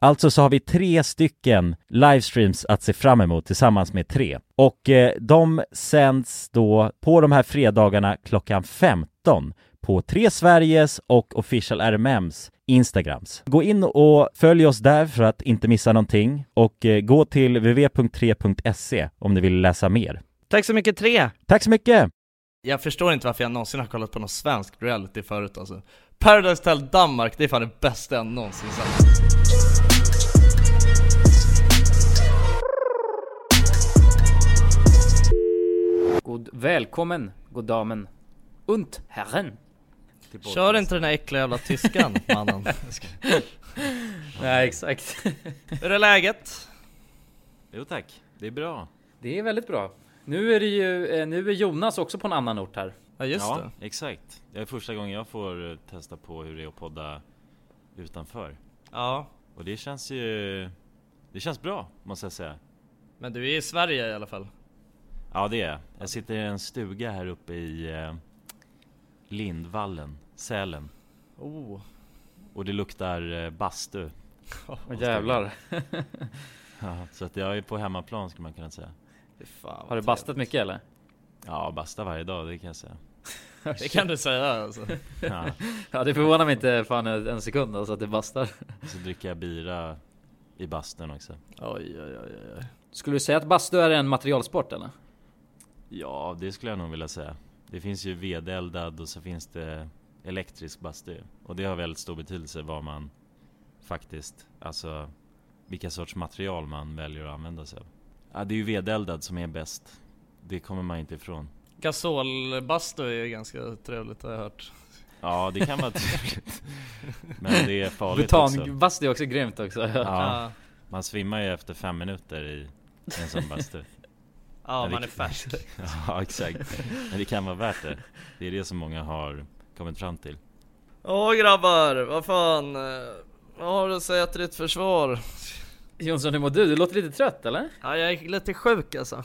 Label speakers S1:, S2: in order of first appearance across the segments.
S1: Alltså så har vi tre stycken livestreams att se fram emot tillsammans med tre. Och eh, de sänds då på de här fredagarna klockan 15 på Tre Sveriges och Official RMMs Instagrams. Gå in och följ oss där för att inte missa någonting och eh, gå till www.3.se e om ni vill läsa mer.
S2: Tack så mycket, tre!
S1: Tack så mycket!
S3: Jag förstår inte varför jag någonsin har kollat på någon svensk reality förut alltså Paradise Hotel Danmark, det är fan det bästa jag någonsin sett
S4: God välkommen, god damen. Und herren.
S3: Kör inte den där äckliga jävla tyskan mannen
S4: Nej, exakt.
S3: Hur är läget?
S5: Jo tack, det är bra.
S4: Det är väldigt bra. Nu är det ju, eh, nu är Jonas också på en annan ort här.
S3: Ja just
S5: ja,
S3: det
S5: exakt. Det är första gången jag får eh, testa på hur det är att podda utanför.
S3: Ja,
S5: Och det känns ju... Det känns bra, måste jag säga.
S3: men du är i Sverige i alla fall
S5: Ja, det är jag. Jag sitter i en stuga här uppe i eh, Lindvallen, Sälen.
S3: Oh,
S5: Och det luktar eh, bastu.
S4: Åh jävlar.
S5: Ja, Så att jag är på hemmaplan skulle man kunna säga.
S3: fy fan vad
S4: Har du bastat mycket eller?
S5: Ja, basta varje dag, det kan jag säga.
S3: trevligt. Det kan du säga alltså
S5: Ja.
S4: Ja, det förvånar mig inte fan en en sekund alltså att det bastar.
S5: Och så dricker jag bira i bastun också.
S3: Oj oj oj oj, oj
S4: Skulle du säga att bastu är en materialsport eller?
S5: Ja, det skulle jag nog vilja säga.
S1: Det finns ju vedeldad och så finns det elektrisk bastu. Och det har väldigt stor betydelse vad man faktiskt, alltså vilka sorts material man väljer att använda sig av. Ja, det är ju vedeldad som är bäst. Det kommer man inte ifrån.
S2: Gasolbastu är ju ganska trevligt har jag hört.
S1: Ja, det kan vara trevligt. Men det är farligt också.
S4: Butanbastu är också grymt också.
S1: Ja,
S2: Ja,
S1: man svimmar ju efter fem minuter i en sån bastu.
S2: ja
S1: Men
S2: man
S1: det-
S2: är färsk.
S1: Ja, exakt. Men det kan vara värt det. Det är det som många har kommit fram till.
S2: Åh grabbar, vad fan. eh, Vad har du att säga till ditt försvar?
S4: Jonsson, hur mår du? Du låter lite trött eller?
S2: Ja, jag är lite sjuk alltså.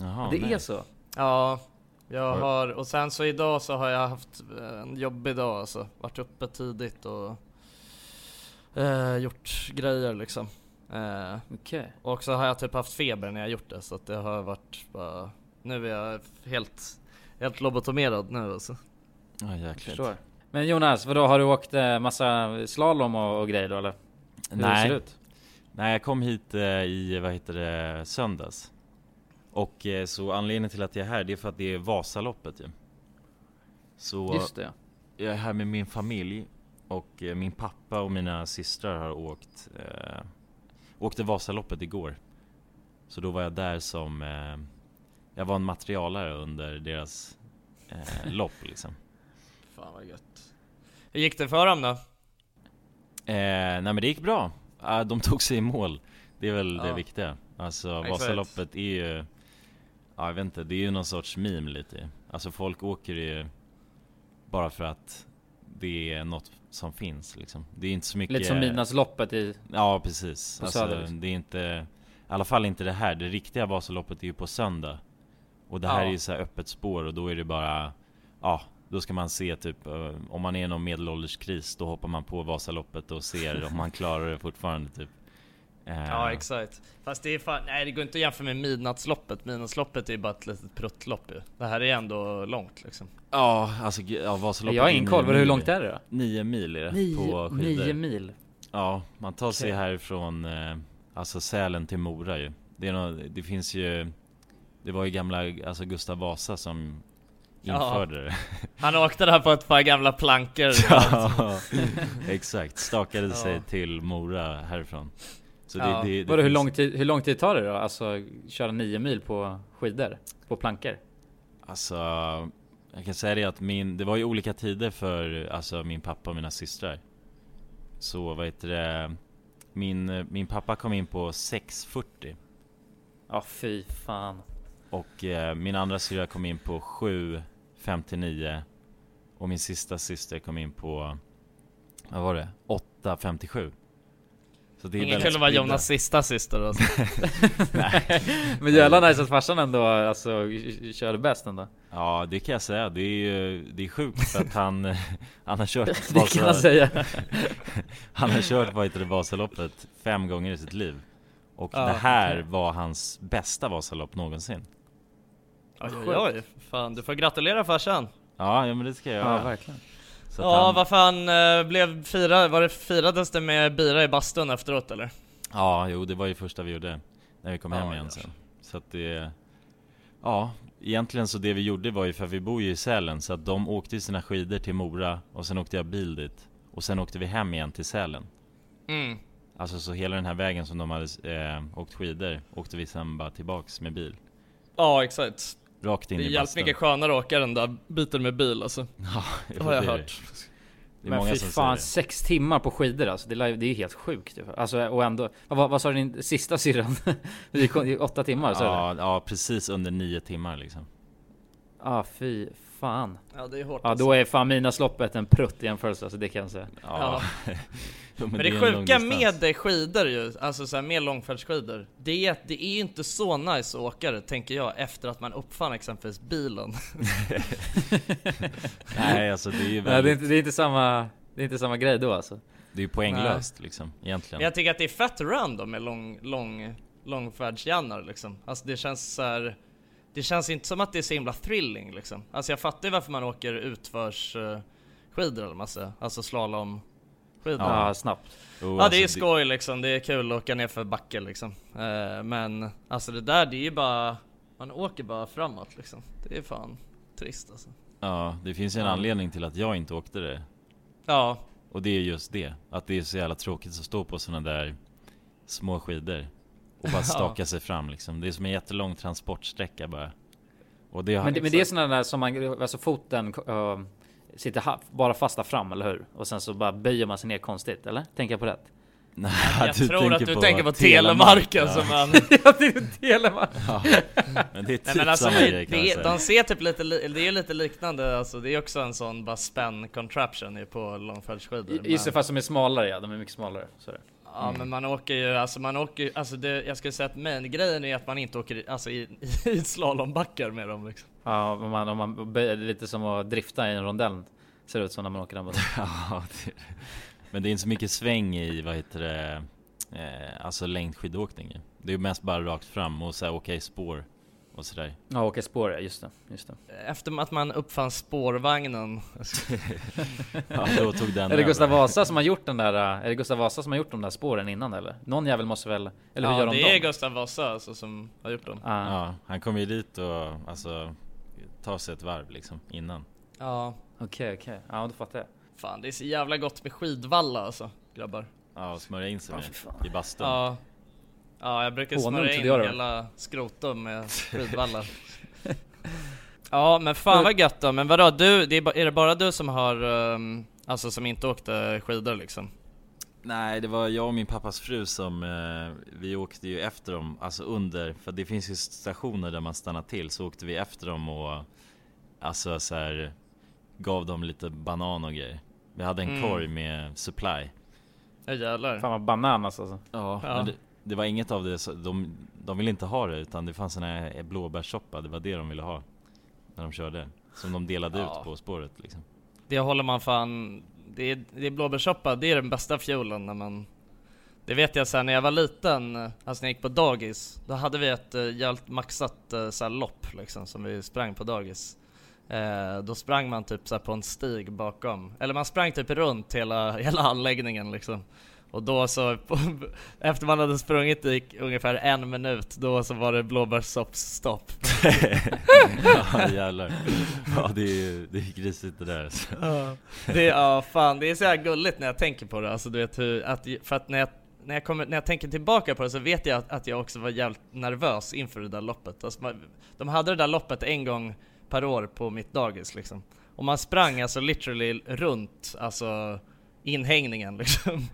S1: Jaha,
S4: det
S1: nej.
S4: är så?
S2: Ja, jag
S1: Har-
S2: har, och sen så idag så har jag haft eh, en jobbig dag alltså. Varit uppe tidigt och eh, gjort grejer liksom. Eh,
S4: Okej.
S2: och så har jag typ haft feber när jag gjort det så att det har varit bara, nu är jag helt, helt lobotomerad nu alltså.
S1: Ja, jäklar.
S4: Förstår. Men Jonas, vadå? Har du åkt eh, massa slalom och, och grejer då eller? Hur ser det
S1: Nej,
S4: ut?
S1: nej, jag kom hit eh, i, vad heter det, söndags. Och eh, så anledningen till att jag är här, det är för att det är Vasaloppet ju. Så
S4: Just det ja.
S1: jag är här med min familj och eh, min pappa och mina systrar har åkt, eh, åkte Vasaloppet igår. Så då var jag där som, eh, jag var en materialare under deras eh, lopp liksom.
S2: Fan vad gött. Hur gick det för dem då?
S1: Eh, nej men det gick bra. Ah, de tog sig i mål. Det är väl det
S2: Ja.
S1: viktiga. Alltså
S2: Exakt.
S1: Vasaloppet är ju... Ja, jag vet inte, det är ju någon sorts meme lite. Alltså folk åker ju bara för att det är något som finns liksom. Det är inte så mycket...
S4: Lite som midnattsloppet i...
S1: Ja precis.
S4: På
S1: alltså,
S4: Söder, liksom.
S1: Det är inte... I alla fall inte det här. Det riktiga Vasaloppet är ju på söndag. Och det här
S2: Ja.
S1: är ju så här öppet spår och då är det bara... Ja, då ska man se typ eh, om man är i någon medelålderskris då hoppar man på Vasaloppet och ser om man klarar det fortfarande typ. Eh,
S2: Ja exakt. Fast det är fan, nej det går inte att jämföra med midnattsloppet. Midnattsloppet är ju bara ett litet pruttlopp ju. Det här är ändå långt liksom.
S1: Ja, alltså gud, ja, Vasaloppet
S4: Jag har
S1: är
S4: ingen
S1: nio
S4: koll. Vadå, Hur
S1: mil.
S4: långt är det då?
S1: Nio mil är det på skidor.
S4: nio mil.
S1: Ja, man tar sig
S4: Okej.
S1: härifrån eh, Alltså Sälen till Mora ju Det, är nå- det finns ju Det var ju gamla alltså Gustav Vasa som
S2: Ja.
S1: Införde det
S2: Han åkte där på ett par gamla plankor.
S1: Ja, Exakt, stakade
S2: Ja.
S1: sig till Mora härifrån Så
S2: Ja.
S1: det, det, det
S4: Vadå, hur
S1: finns-
S4: lång, tid, hur lång tid tar det då? Alltså köra nio mil på skidor? På plankor?
S1: Alltså Jag kan säga det att min, det var ju olika tider för alltså min pappa och mina systrar Så vad heter det Min, min pappa kom in på 6.40
S4: Ja fy fan.
S1: Och eh, min andra syrra kom in på 7.59 Och min sista syster kom in på Vad var det? 8.57 Så det är
S2: Ingen
S1: väldigt
S2: kul att vara
S1: spridda.
S2: Jonas sista syster alltså.
S4: Men jävla nice att farsan ändå alltså körde bäst ändå.
S1: Ja det kan jag säga, det är ju Det är sjukt för att han Han har kört
S4: Det kan man säga.
S1: Han har kört vad heter det Vasaloppet fem gånger i sitt liv Och
S2: Ja.
S1: det här var hans bästa Vasalopp någonsin
S2: Oj, oj, oj. Fan, du får gratulera farsan.
S1: Ja, ja men det ska jag
S4: Ja
S1: göra
S4: verkligen.
S1: Så att
S2: Ja,
S1: han-
S2: vad fan eh, blev fira, var det firades det med bira i bastun efteråt eller?
S1: Ja, jo det var ju första vi gjorde när vi kom
S2: Ja,
S1: hem igen
S2: ja.
S1: sen. Så att det... Ja, egentligen så det vi gjorde var ju för att vi bor ju i Sälen så att de åkte ju sina skidor till Mora och sen åkte jag bil dit. Och sen åkte vi hem igen till Sälen.
S2: Mm.
S1: Alltså så hela den här vägen som de hade eh, åkt skidor åkte vi sen bara tillbaks med bil.
S2: Ja, exakt.
S1: Rakt in
S2: Det är
S1: i
S2: jävligt
S1: bastun.
S2: mycket skönare att åka den där biten med bil alltså.
S1: Ja,
S2: Det har jag
S1: det är-
S2: hört.
S1: Det är
S4: Men
S1: många
S4: fy
S1: som
S4: fan
S1: säger
S4: sex timmar på skidor alltså. Det, lär- det är ju helt sjukt. ju. Alltså och ändå. Vad, vad sa din sista syrran? Det kom- det är åtta timmar
S1: det.
S4: sa du?
S1: Ja, ja, precis under nio timmar liksom.
S4: Ja fy fan.
S2: Ja, det är hårt
S4: Ja
S2: alltså.
S4: då är fan midnattsloppet en prutt i jämförelse. Alltså det kan jag säga.
S1: Ja. men,
S2: Men det,
S1: är en lång
S2: sjuka
S1: distans.
S2: med skidor ju, alltså så här, med långfärdsskidor, det är att det är ju inte så nice att åka det tänker jag efter att man uppfann exempelvis bilen.
S1: Nej alltså det är ju
S4: Nej, det, är
S1: väldigt,
S4: inte, det, är inte samma, det är inte samma grej då alltså.
S1: det är ju poänglöst liksom egentligen.
S2: Men jag tycker att det är fett random med lång, lång, långfärdsjannar liksom. Alltså det känns så här. Det känns inte som att det är så himla thrilling liksom. Alltså jag fattar ju varför man åker utförs eh, skidor eller massa, alltså slalom skidor. Ja.
S4: Ja, snabbt.
S1: Jo,
S2: Ja
S1: alltså,
S2: det är skoj liksom, det är kul att åka ner för backen liksom. Eh, men alltså det där det är ju bara, man åker bara framåt liksom. Det är fan. trist alltså.
S1: Ja, det finns ju en anledning till att jag inte åkte det.
S2: Ja,
S1: Och det är just det. Att det är så jävla tråkigt att stå på såna där små skidor. Och bara staka sig fram liksom. Det är som en jättelång transportsträcka bara. Och det har liksom
S4: Men det, men det är sådana där som man, alltså foten eh, sitter ha, bara fasta fram, eller hur? Och sen så bara böjer man sig ner konstigt, eller? Tänker jag på rätt?
S1: Nej,
S2: jag tror att du tänker på telemarken
S1: Ja,
S2: som man...
S4: Jag tänkte Telemark!
S1: Men det är typ
S2: Nej men alltså,
S1: samma
S2: det,
S1: grej kan man
S2: det,
S1: säga.
S2: de ser typ lite, li- det är lite liknande alltså, det är också en sån bara spänn contraption ju på långfärdsskidor.
S4: Just det,
S2: men-
S4: fast de är smalare ja, de är mycket smalare. Så är det.
S2: Ja men man åker ju, alltså man åker ju, alltså det, jag skulle säga att main grejen är att man inte åker i- alltså, i, i slalombackar med dem liksom.
S4: Ja, om man, om man böjer, det är lite som att drifta i en rondell. Ser det ut som när man åker den bussen.
S1: Ja, det är det. Men det är inte så mycket sväng i, vad heter det, eh, alltså längdskidåkning ju. Det är ju mest bara rakt fram och så här åka i spår och sådär.
S4: Ja, åka spår ja, just det. Just det.
S2: Efter att man uppfann spårvagnen.
S1: Ja, då tog den
S4: Är det
S1: över.
S4: Gustav Vasa som har gjort den där, äh, är det Gustav Vasa som har gjort de där spåren innan eller? Någon jävel måste väl, eller hur
S2: ja,
S4: gör
S2: det
S4: de
S2: är
S4: dem?
S2: Gustav Vasa alltså, som har gjort dem.
S4: Ah,
S1: Ja, han kom ju dit och alltså ta sig ett varv liksom innan.
S2: Ja.
S4: Okej, okej. Ja, då fattar jag.
S2: Fan det är så jävla gott med skidvalla alltså, grabbar.
S1: Ja, och smörja in sig
S4: Ja,
S1: med
S4: fy fan.
S1: i bastun.
S2: Ja. Ja, jag brukar
S4: Honung
S2: smörja
S4: till
S2: in
S4: det gör du.
S2: hela skrotum med skidvallar. ja, men fan vad gött då. Men vadå, du, det är, ba- är det bara du som har, ehm, alltså som inte åkte skidor liksom?
S1: Nej, det var jag och min pappas fru som eh, vi åkte ju efter dem, alltså under, för det finns ju stationer där man stannar till, så åkte vi efter dem och alltså så här gav dem lite banan och grejer. Vi hade
S4: Mm.
S1: en korg med supply.
S2: Ja jävlar.
S4: Fan vad bananas alltså.
S1: Ja, men det, det var inget av det, så de, de ville inte ha det utan det fanns sån här eh, blåbärssoppa, det var det de ville ha när de körde. Som de delade ut på spåret liksom.
S2: Det håller man fan, det är, det är blåbärssoppa, det är den bästa fiolen när man det vet jag såhär när jag var liten, eh, alltså när jag gick på dagis, då hade vi ett eh, jävligt maxat eh, så här lopp liksom som vi sprang på dagis. Eh, då sprang man typ så här på en stig bakom, eller man sprang typ runt hela, hela anläggningen liksom. Och då så, efter man hade sprungit i ungefär en minut, då så var det blåbärssoppsstopp.
S1: Ja jävlar. Ja det är ju det är grisigt det där alltså.
S2: Det, ja fan, det är så här gulligt när jag tänker på det, alltså du vet hur, att, för att när jag, när, jag kommer, när jag tänker tillbaka på det så vet jag att, att jag också var jävligt nervös inför det där loppet. Alltså, man, de hade det där loppet en gång per år på mitt dagis liksom. Och man sprang alltså literally runt, alltså inhägningen liksom.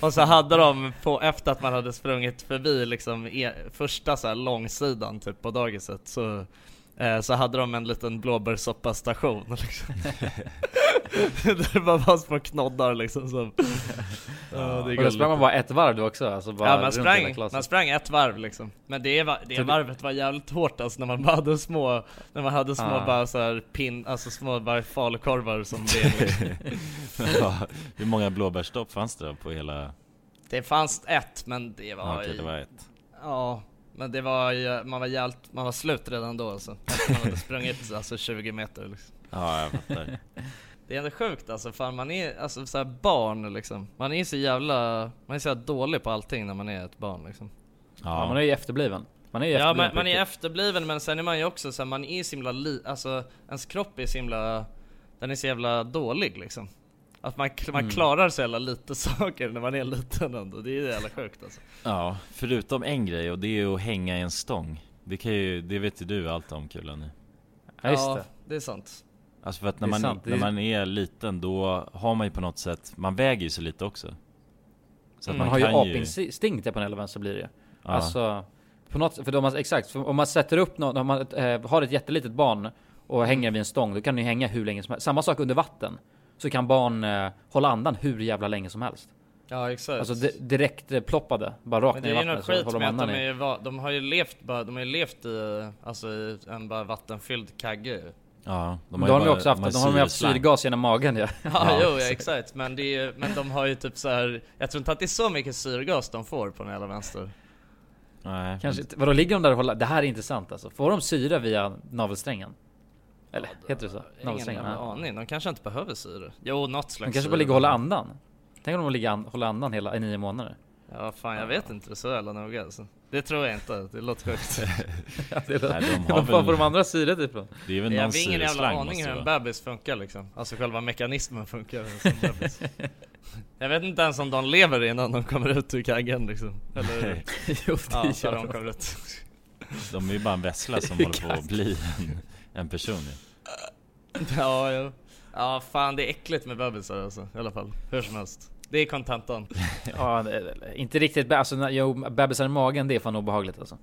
S2: Och så hade de, på, efter att man hade sprungit förbi liksom e, första så här långsidan typ på dagiset, så, eh, så hade de en liten blåbärssoppa-station liksom. Där det bara var små knoddar liksom som... Ja, det är
S4: Och då
S2: gulligt.
S4: sprang man bara ett varv då också? Alltså bara
S2: Ja man
S4: runt hela
S2: sprang,
S4: klassen.
S2: man sprang ett varv liksom Men det, var, det varvet var jävligt hårt alltså när man bara hade små När man hade små
S4: Ah.
S2: bara så här pin, alltså små bara falukorvar som det liksom.
S1: Ja, hur många blåbärsstopp fanns det då på hela?
S2: Det fanns ett men det var,
S1: Ja, okej, det var ett.
S2: Ja Men det var ju- man var jävligt, man var slut redan då alltså Efter Man hade sprungit alltså 20 meter liksom
S1: Ja jag fattar.
S2: Det är ändå sjukt alltså, fan man är alltså så här barn liksom Man är så jävla, man är så jävla dålig på allting när man är ett barn liksom
S4: Ja, man
S1: Ja,
S4: är ju efterbliven. Man är ju
S2: Ja
S4: efterbliven
S2: man,
S4: på
S2: man är
S4: riktigt.
S2: efterbliven men sen är man ju också så här, man är så himla li- alltså ens kropp är så himla, den är så jävla dålig liksom. Att man, kl- man klarar så jävla lite saker när man är liten ändå, det är ju jävla sjukt alltså.
S1: ja, förutom en grej och det är ju att hänga i en stång. Det kan ju, det vet ju du allt om Kulan nu.
S4: Ja, just det.
S2: det är sant.
S1: Alltså för att när
S4: Det är
S1: man,
S4: sant, det
S1: när
S4: är-
S1: man är liten då har man ju på något sätt, man väger ju så lite också. Så att
S4: Mm. Man, har ju
S1: kan
S4: apinstinkt på den eller vänster blir det ju. Alltså, på något för om man, exakt, för om man sätter upp något, om man eh, har ett jättelitet barn och hänger vid en stång, då kan du hänga hur länge som helst. Samma sak under vatten. Så kan barn eh, hålla andan hur jävla länge som helst.
S2: Ja exakt.
S4: Alltså di- direkt eh, ploppade, bara rakt
S2: men
S4: ner
S2: det
S4: i
S2: är ju något
S4: vattnet så
S2: skit
S4: håller
S2: med
S4: man
S2: att de, är,
S4: andan i.
S2: ju va- de har ju levt bara, de har ju levt i, alltså i en bara vattenfylld kagge ju.
S1: Ja, de
S4: Då har de ju
S1: bara-
S4: också haft, de har ju haft
S1: syreslang.
S4: syrgas genom magen ju.
S2: Ja, jo, ja, exakt. Men, det är, ju- men de har ju typ så här. jag tror inte att det är så mycket syrgas de får på den jävla vänster.
S1: Nej,
S4: Kanske, inte- vadå ligger de där och håller? Det här är intressant alltså. Får de syra via navelsträngen? Eller heter det så?
S2: Ingen
S4: Navelsträngen?
S2: jävla
S4: ja.
S2: aning, de kanske inte behöver syre. Jo, något slags
S4: De kanske bara
S2: syre.
S4: ligger och håller andan? Tänk om de ligger an, håller andan hela i nio månader?
S2: Ja, fan jag vet inte, det är så jävla noga alltså. Det tror jag inte, det låter sjukt.
S4: Det låter-
S1: Nej, de har
S4: Vad fan
S1: väl-
S4: får de andra syret ifrån?
S1: Det är väl
S2: Jag
S1: någon alltså.
S2: har ingen jävla
S1: syreslang
S2: aning
S1: måste
S2: hur
S1: det
S2: en
S1: vara.
S2: bebis funkar liksom. Alltså själva mekanismen funkar. hos en bebis. Jag vet inte ens om de lever innan de kommer ut ur kaggen liksom. Eller
S4: jo, det
S2: ja, när
S4: gör
S2: de
S4: de.
S2: kommer ut.
S1: De är ju bara en vessla som håller på att bli en, en person ju.
S2: Ja, jo. Ja, fan det är äckligt med bebisar alltså. I alla fall. Hur som helst. Det är kontentan.
S4: Ja, det- inte riktigt. be- Alltså, när- jo, bebisar i magen, det är fan obehagligt alltså.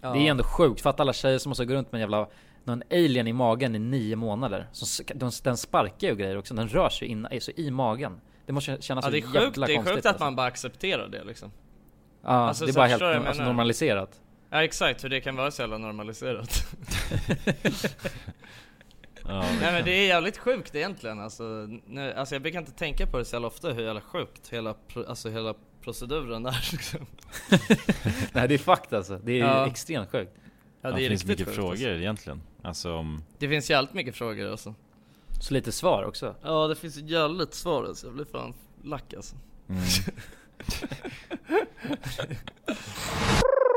S2: Ja.
S4: Det är ändå sjukt. Fatta alla tjejer som måste gå runt med en jävla någon alien i magen i nio månader. Som, s- de, den sparkar ju grejer också. Den rör sig in, är så i magen. Det måste
S1: Alltså,
S4: kännas
S2: Ja,
S4: så
S2: det är
S4: jävla
S2: sjukt,
S4: konstigt.
S2: det är sjukt att
S4: alltså.
S2: man bara accepterar det liksom.
S4: Ja,
S2: alltså,
S4: det är
S2: så
S4: bara
S2: förstår jag
S4: helt
S2: vad
S4: alltså,
S2: jag menar.
S4: normaliserat.
S2: Ja exakt, hur det kan vara så jävla normaliserat.
S1: Ja,
S2: Nej men det är jävligt sjukt egentligen alltså, nu, alltså jag brukar inte tänka på det så jävla ofta hur jävla sjukt hela, pro, alltså, hela proceduren är liksom.
S4: Nej, det är fucked alltså. Det är
S2: Ja.
S4: extremt sjukt.
S2: Ja,
S1: det
S2: det är
S1: finns
S2: riktigt
S1: mycket
S2: sjukt,
S1: frågor
S2: Alltså.
S1: egentligen. Alltså om...
S2: Det finns jävligt mycket frågor alltså.
S4: Så lite svar också.
S2: Ja det finns jävligt svar alltså, jag blir fan lack alltså.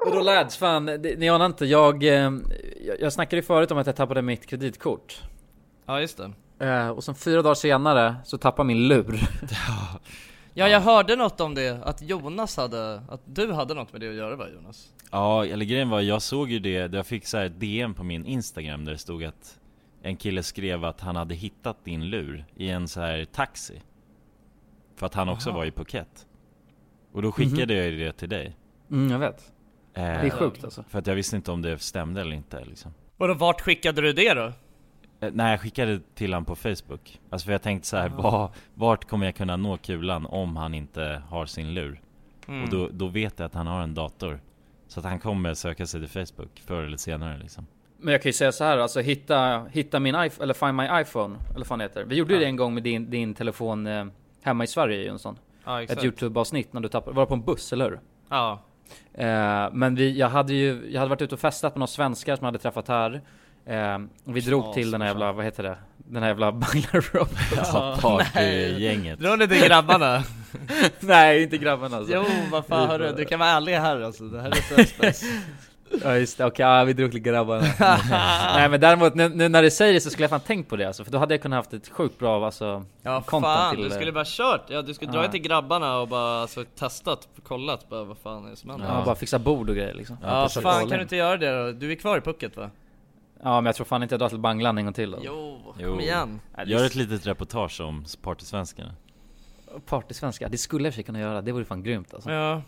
S4: Vadå lads, fan, det, ni anar inte. Jag, eh, jag, jag snackade ju förut om att jag tappade mitt kreditkort.
S2: Ja just det.
S4: Eh, och sen fyra dagar senare så tappar min lur.
S2: Ja jag hörde något om det, att Jonas hade, att du hade något med det att göra va Jonas?
S1: Ja, eller grejen var, jag såg ju det, jag fick så här ett DM på min Instagram där det stod att en kille skrev att han hade hittat din lur i en så här taxi. För att han också var i Phuket. Och då skickade jag ju det till dig.
S4: Mm, jag vet.
S1: Eh,
S4: Mhm. Det är sjukt alltså.
S1: För att jag visste inte om det stämde eller inte liksom.
S2: Och då vart skickade du det då?
S1: Eh, Nej jag skickade till han på Facebook. Alltså för jag tänkte så här, var, vart kommer jag kunna nå kulan om han inte har sin lur?
S2: Mm.
S1: Och då, då vet jag att han har en dator. Så att han kommer söka sig till Facebook förr eller senare liksom.
S4: Men jag kan ju säga så här, alltså hitta, hitta min iPhone, eller find my iPhone, eller vad fan det heter. Vi gjorde ju det en gång med din, din telefon eh, hemma i Sverige Jönsson.
S2: Ja
S4: Ett YouTube-avsnitt när du tappade, var det på en buss eller hur?
S2: Ja.
S4: Eh, men vi, jag hade ju, jag hade varit ute och festat med några svenskar som jag hade träffat här. Eh, och vi drog till den här jävla, vad heter det? Den här jävla banglarrob.
S1: Ja, partygänget.
S2: Det var lite grabbarna.
S4: Nej, inte grabben alltså.
S2: jo vad fan hörru, du kan vara ärlig här alltså. Det här är inte space.
S4: Ja just det, okej, ja, vi drog till grabbarna. Nej men däremot, nu, nu när du säger det så skulle jag fan tänkt på det alltså. För då hade jag kunnat haft ett sjukt bra alltså,
S2: Ja
S4: content
S2: fan,
S4: till,
S2: du
S4: eh,
S2: skulle bara kört. Ja du skulle dra
S4: Ja.
S2: till grabbarna och bara alltså, testat, kollat bara vad fan är det som händer?
S4: Ja, bara fixa bord och grejer liksom.
S2: Ja,
S4: precis.
S2: fan kan du inte göra det då? Du är kvar i pucket va?
S4: Ja men jag tror fan inte jag drar till Banglan en gång till då.
S2: Jo,
S1: Jo.
S2: kom igen.
S1: Gör ett litet reportage om partysvenskarna.
S4: Partysvenska, det skulle jag i och för sig kunna göra, det vore fan grymt alltså.
S2: Ja.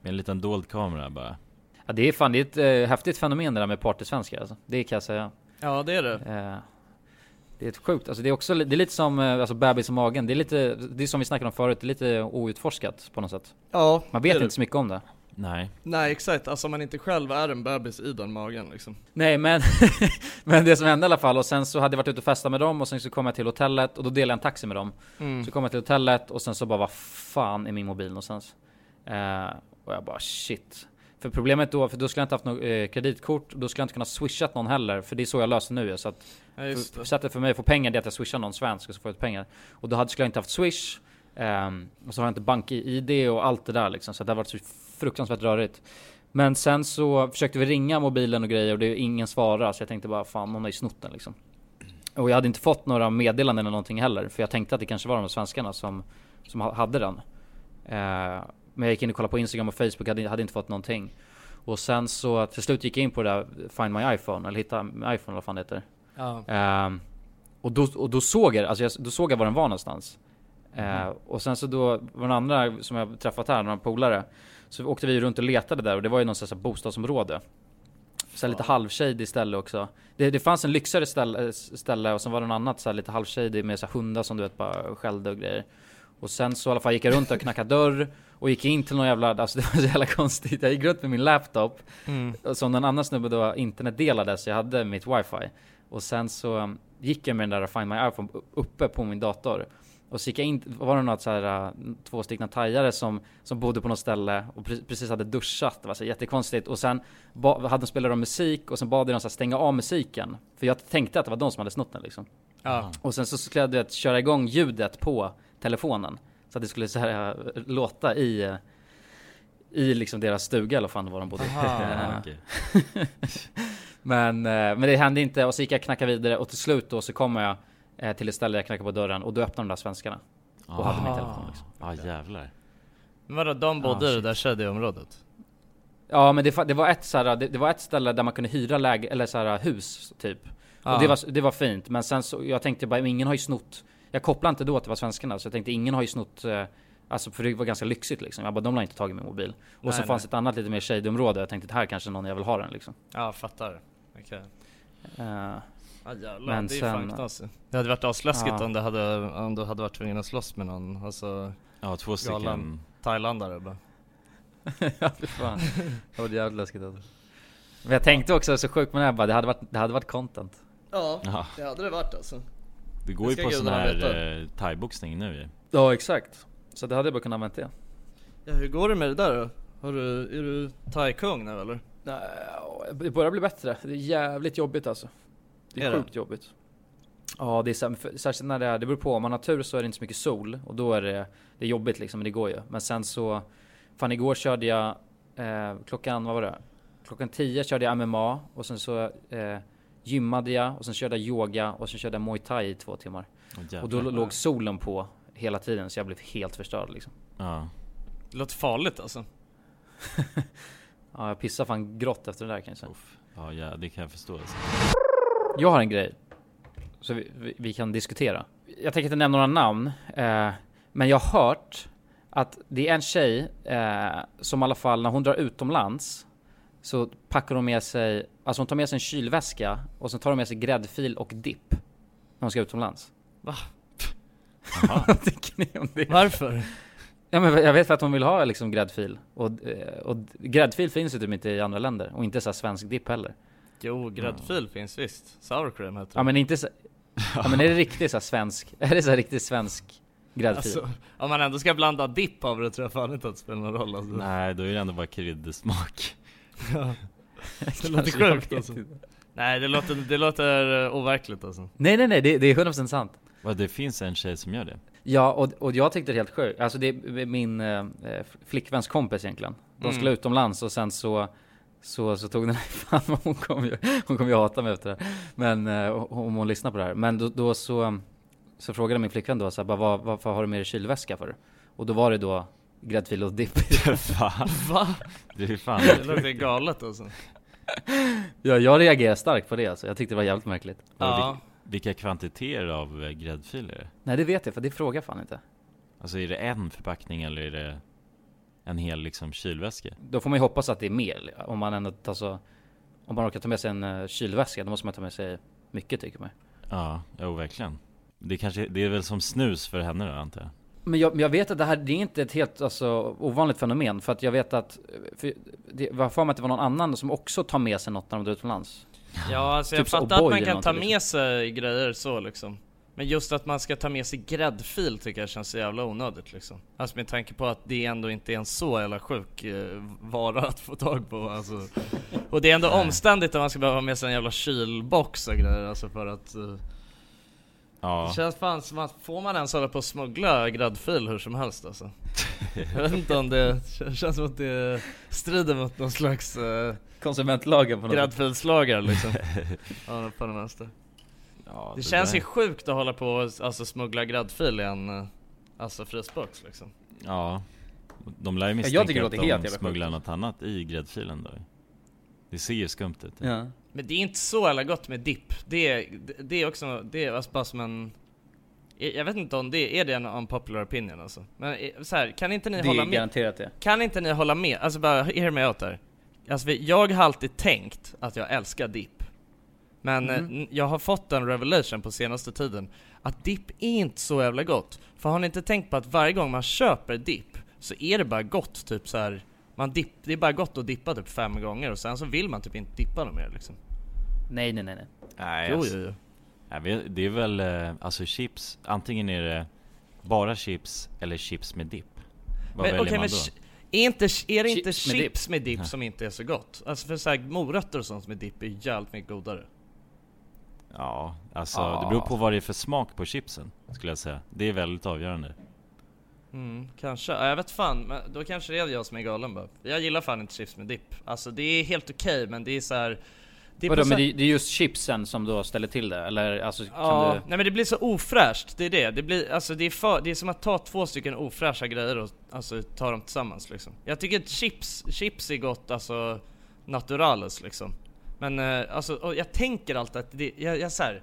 S1: Med en liten dold kamera bara.
S4: Ja, det är fan, det är ett eh, häftigt fenomen det där med partysvenskar alltså. Det kan jag säga.
S2: ja det är det.
S4: Eh, det är ett sjukt, alltså det är också, li- det är lite som eh, alltså, bebis i magen. Det är lite, det är som vi snackade om förut, det är lite outforskat på något sätt.
S2: Ja,
S4: Man vet inte så mycket om det.
S1: Nej.
S2: Nej exakt, alltså om man inte själv är en bebis i den magen liksom.
S4: Nej men, men det som hände i alla fall och sen så hade jag varit ute och festat med dem och sen så kom jag till hotellet och då delade jag en taxi med dem.
S2: Mm.
S4: Så kom jag till hotellet och sen så bara vad fan är min mobil någonstans? Eh, och jag bara shit. För problemet då, för då skulle jag inte haft något eh, kreditkort och då skulle jag inte kunna swishat någon heller för det är så jag löser nu så att
S2: Ja, just
S4: för-
S2: det.
S4: Sättet för mig att få pengar det är att jag swishar någon svensk och så får jag ut pengar. Och då hade, skulle jag inte haft swish. ehm, och så har jag inte bank-id och allt det där liksom. Så det har varit så fruktansvärt rörigt. Men sen så försökte vi ringa mobilen och grejer och det är ingen svarar. Så jag tänkte bara fan någon har ju snott den liksom. Och jag hade inte fått några meddelanden eller någonting heller. För jag tänkte att det kanske var de svenskarna som, som ha- hade den. Eh, men jag gick in och kollade på Instagram och Facebook, hade, hade inte fått någonting. Och sen så till slut gick jag in på det där Find My iPhone, eller hitta iPhone eller vad fan det heter.
S2: Ja.
S4: Ehm, och, då, och då såg jag, alltså jag, då såg jag var den var någonstans. Ehm, och sen så då, var den andra som jag träffat här, några polare. Så åkte vi ju runt och letade där och det var ju någon sån här bostadsområde. Så här lite halvshady ställe också. Det, det fanns en lyxigare ställe, ställe och sen var det något annat så här lite halvshady med så här hundar som du vet bara skällde och grejer. Och sen så i alla fall gick jag runt och knackade dörr och gick in till någon jävla, alltså det var så jävla konstigt. Jag gick runt med min laptop som någon annan snubbe då internetdelade så jag hade mitt wifi. Och sen så um, gick jag med den där Find My iPhone u- uppe på min dator. Och så gick jag in, var det något så här, uh, två stycken thaiare som, som bodde på något ställe och pre- precis hade duschat. Det var så här jättekonstigt. Och sen ba, hade de spelat om musik och sen bad jag dem så här stänga av musiken. För jag tänkte att det var de som hade snott den liksom.
S2: Ja.
S4: Och sen så skulle jag du vet, köra igång ljudet på telefonen. Så att det skulle så här, äh, låta i, äh, I liksom deras stuga eller fan var de bodde.
S1: Ah,
S4: Eh,
S1: okej.
S4: men, eh, men det hände inte och så gick jag och knackade vidare och till slut då så kommer jag eh, till ett ställe där jag knackar på dörren och då öppnar de där svenskarna. Och hade min telefon liksom.
S1: ah, jävlar.
S2: Men vadå, de bodde i det där kedjeområdet?
S4: Ah, Ja men det, fa- det, var ett, så här, det, det var ett ställe där man kunde hyra läge, eller så här, hus typ. Och
S2: Ah.
S4: det var, det var fint. Men sen så, jag tänkte bara, men ingen har ju snott. Jag kopplade inte då att det var svenskarna. Så jag tänkte, ingen har ju snott. Eh, alltså för det var ganska lyxigt liksom. Jag bara, de har inte tagit min mobil. Och så fanns ett annat lite mer shadeområde. Jag tänkte, det här kanske är någon jag vill ha den liksom.
S2: Ja, fattar. Okej.
S4: Eh,
S2: Ja Ah, jävlar,
S4: Men
S2: det är alltså.
S4: sen-
S2: fan knasigt. Det hade varit asläskigt
S4: Ja.
S2: om, det hade, om du hade varit tvungen att slåss med någon, alltså
S1: Ja, två stycken.
S2: Galan. thailändare bara.
S4: ja fy fan. Det var jävligt läskigt alltså. Men jag tänkte också, så sjukt men jag bara, det hade varit, det hade varit content.
S2: Ja,
S1: Ja.
S2: det hade det varit alltså.
S1: Det går
S2: Det
S1: ju
S2: ska
S1: på sån
S2: gudarna
S1: här
S2: veta.
S1: eh, thaiboxning nu ju.
S4: Ja exakt. Så det hade jag bara kunnat använt det.
S2: Ja, hur går det med det där då? Har du, är du thai-kung nu eller?
S4: Nej, Det börjar bli bättre. Det är jävligt jobbigt alltså. Det är,
S2: Är det?
S4: sjukt jobbigt. Ja, det är sam- för- särskilt när det är, det beror på. Om man har tur så är det inte så mycket sol och då är det, det är jobbigt liksom, men det går ju. Men sen så, fan igår körde jag, eh, klockan, vad var det? Klockan 10 körde jag MMA och sen så eh, gymmade jag och sen körde jag yoga och sen körde jag muay thai i två timmar.
S1: Åh, jävlar.
S4: Och då låg solen på hela tiden så jag blev helt förstörd liksom.
S1: Ja.
S2: Det låter farligt alltså.
S4: Ja, jag pissade fan grått efter det där kan jag säga.
S1: Uff. Ja, ja, det kan jag förstå. Alltså.
S4: Jag har en grej. Så vi, vi, vi kan diskutera. Jag tänker inte nämna några namn. Eh, men jag har hört att det är en tjej eh, som i alla fall när hon drar utomlands så packar hon med sig, alltså hon tar med sig en kylväska och sen tar hon med sig gräddfil och dipp när hon ska utomlands.
S2: Va?
S4: Vad tycker ni om det?
S2: Varför?
S4: Ja, men jag vet för att hon vill ha liksom gräddfil och, eh, och gräddfil finns ju typ inte i andra länder och inte så här svensk dipp heller.
S2: Jo, gräddfil finns visst. Sour cream heter det.
S4: Ja men inte så... Ja men är det riktigt så här svensk? Är det så här riktigt svensk gräddfil?
S2: Alltså, om man ändå ska blanda dipp av det tror jag fan inte att det spelar någon roll alltså.
S1: Nej, då är det ändå bara kryddsmak.
S2: det låter
S4: Kanske, jag
S2: sjukt
S4: vet
S2: alltså.
S4: inte.
S2: Nej, det låter, det låter eh, overkligt alltså.
S4: Nej nej nej, det, det är 100% sant.
S1: Vad det finns en tjej som gör det?
S4: Ja och, och jag tyckte det helt sjukt. Alltså det är min eh, flickväns kompis egentligen.
S1: Mm.
S4: De skulle utomlands och sen så så, så tog den fan vad hon kommer ju, hon kommer ju hata mig efter det här. Men eh, om hon lyssnar på det här. Men då, då så, så frågade min flickvän då så här, bara, vad, varför har du med dig kylväska för? Och då var det då gräddfil och dipp.
S1: Fan.
S2: Va?
S1: Det är fan
S2: Det låter galet alltså.
S4: ja, jag reagerade starkt på det alltså. Jag tyckte det var jävligt märkligt.
S2: Ja.
S1: Vilka kvantiteter av eh, gräddfil är det?
S4: Nej det vet jag för det frågar jag fan inte.
S1: Alltså är det en förpackning eller är det en hel liksom kylväska?
S4: Då får man ju hoppas att det är mer. Om man ändå tar så... Om man orkar ta med sig en eh, kylväska då måste man ta med sig mycket tycker man.
S1: Ja, jo verkligen. Det kanske, det är väl som snus för henne då antar jag?
S4: Men jag, men jag vet att det här det är inte ett helt alltså, ovanligt fenomen. För att jag vet att... eh, För det, jag har för mig att det var någon annan som också tar med sig något när de drar utomlands.
S2: Ja, alltså
S4: Typ
S2: jag
S4: så
S2: fattar att
S4: O'boy
S2: man
S4: eller
S2: kan ta
S4: någonting, liksom.
S2: med sig grejer så liksom. Men just att man ska ta med sig gräddfil tycker jag känns så jävla onödigt liksom. Alltså med tanke på att det ändå inte är en så jävla sjuk eh, vara att få tag på alltså. Och det är ändå omständigt att man ska behöva ha med sig en jävla kylbox och grejer alltså för att eh,
S1: Ja,
S2: Det känns fan som att får man ens hålla på och smuggla gräddfil hur som helst alltså. Jag vet inte om det, det känns som att det strider mot någon slags eh,
S4: liksom. Konsumentlagen på något
S2: gräddfilslagar liksom. ja, på den vänster.
S1: ja
S2: Det känns
S1: där-
S2: ju sjukt att hålla på och alltså, smuggla gräddfil i en eh, alltså, frysbox liksom.
S1: Ja. De lär ju misstänka
S4: jag tycker det
S1: att
S4: låter
S1: de
S4: helt jävla
S1: smugglar något annat i gräddfilen då. Det ser ju skumt ut.
S4: Ja.
S2: Men det är inte så jävla gott med dipp. Det är, det- det är också, det är alltså bara som en... Jag jag vet inte om det är det en unpopular opinion alltså. Men eh, så här, kan inte ni
S4: Det
S2: hålla
S4: är
S2: med?
S4: garanterat det.
S2: Kan inte ni hålla med? Alltså bara, hear me out där. Alltså vi- jag har alltid tänkt att jag älskar dipp. Men
S4: Mm.
S2: eh, n- jag har fått en revelation på senaste tiden. Att dipp är inte så jävla gott. För har ni inte tänkt på att varje gång man köper dipp så är det bara gott typ så här. Man dipp, det är bara gott att dippa typ fem gånger och sen så vill man typ inte dippa något mer liksom.
S4: Nej nej nej nej.
S1: Nej,
S2: Jo,
S1: alltså.
S2: jo, jo.
S1: Nej, men det är väl, eh, alltså chips, antingen är det bara chips eller chips med dipp. Vad
S2: Men,
S1: väljer
S2: okej,
S1: man
S2: men
S1: då?
S2: chi- är, inte, är det inte
S4: Chips med
S2: chips med dipp som inte är så gott? Alltså för så här, morötter och sånt med dipp är jävligt mycket godare.
S1: Ja,
S2: Ah.
S1: alltså det beror på vad det är för smak på chipsen skulle jag säga. Det är väldigt avgörande.
S2: Mm, kanske. Ja, jag vet fan, men då kanske det är jag som är galen bara. Jag gillar fan inte chips med dipp. Alltså det är helt okej men det är så här. Det
S4: Vadå,
S2: på
S4: men
S2: så-
S4: det, det är just chipsen som då ställer till det? Eller alltså, kan
S2: Ja,
S4: du...
S2: nej men det blir så ofräscht, det är det. Det blir, alltså det är för, det är som att ta två stycken ofräscha grejer och alltså ta dem tillsammans liksom. Jag tycker att chips, chips är gott alltså naturales liksom. Men eh, alltså, och jag tänker alltid att det, jag, jag så här,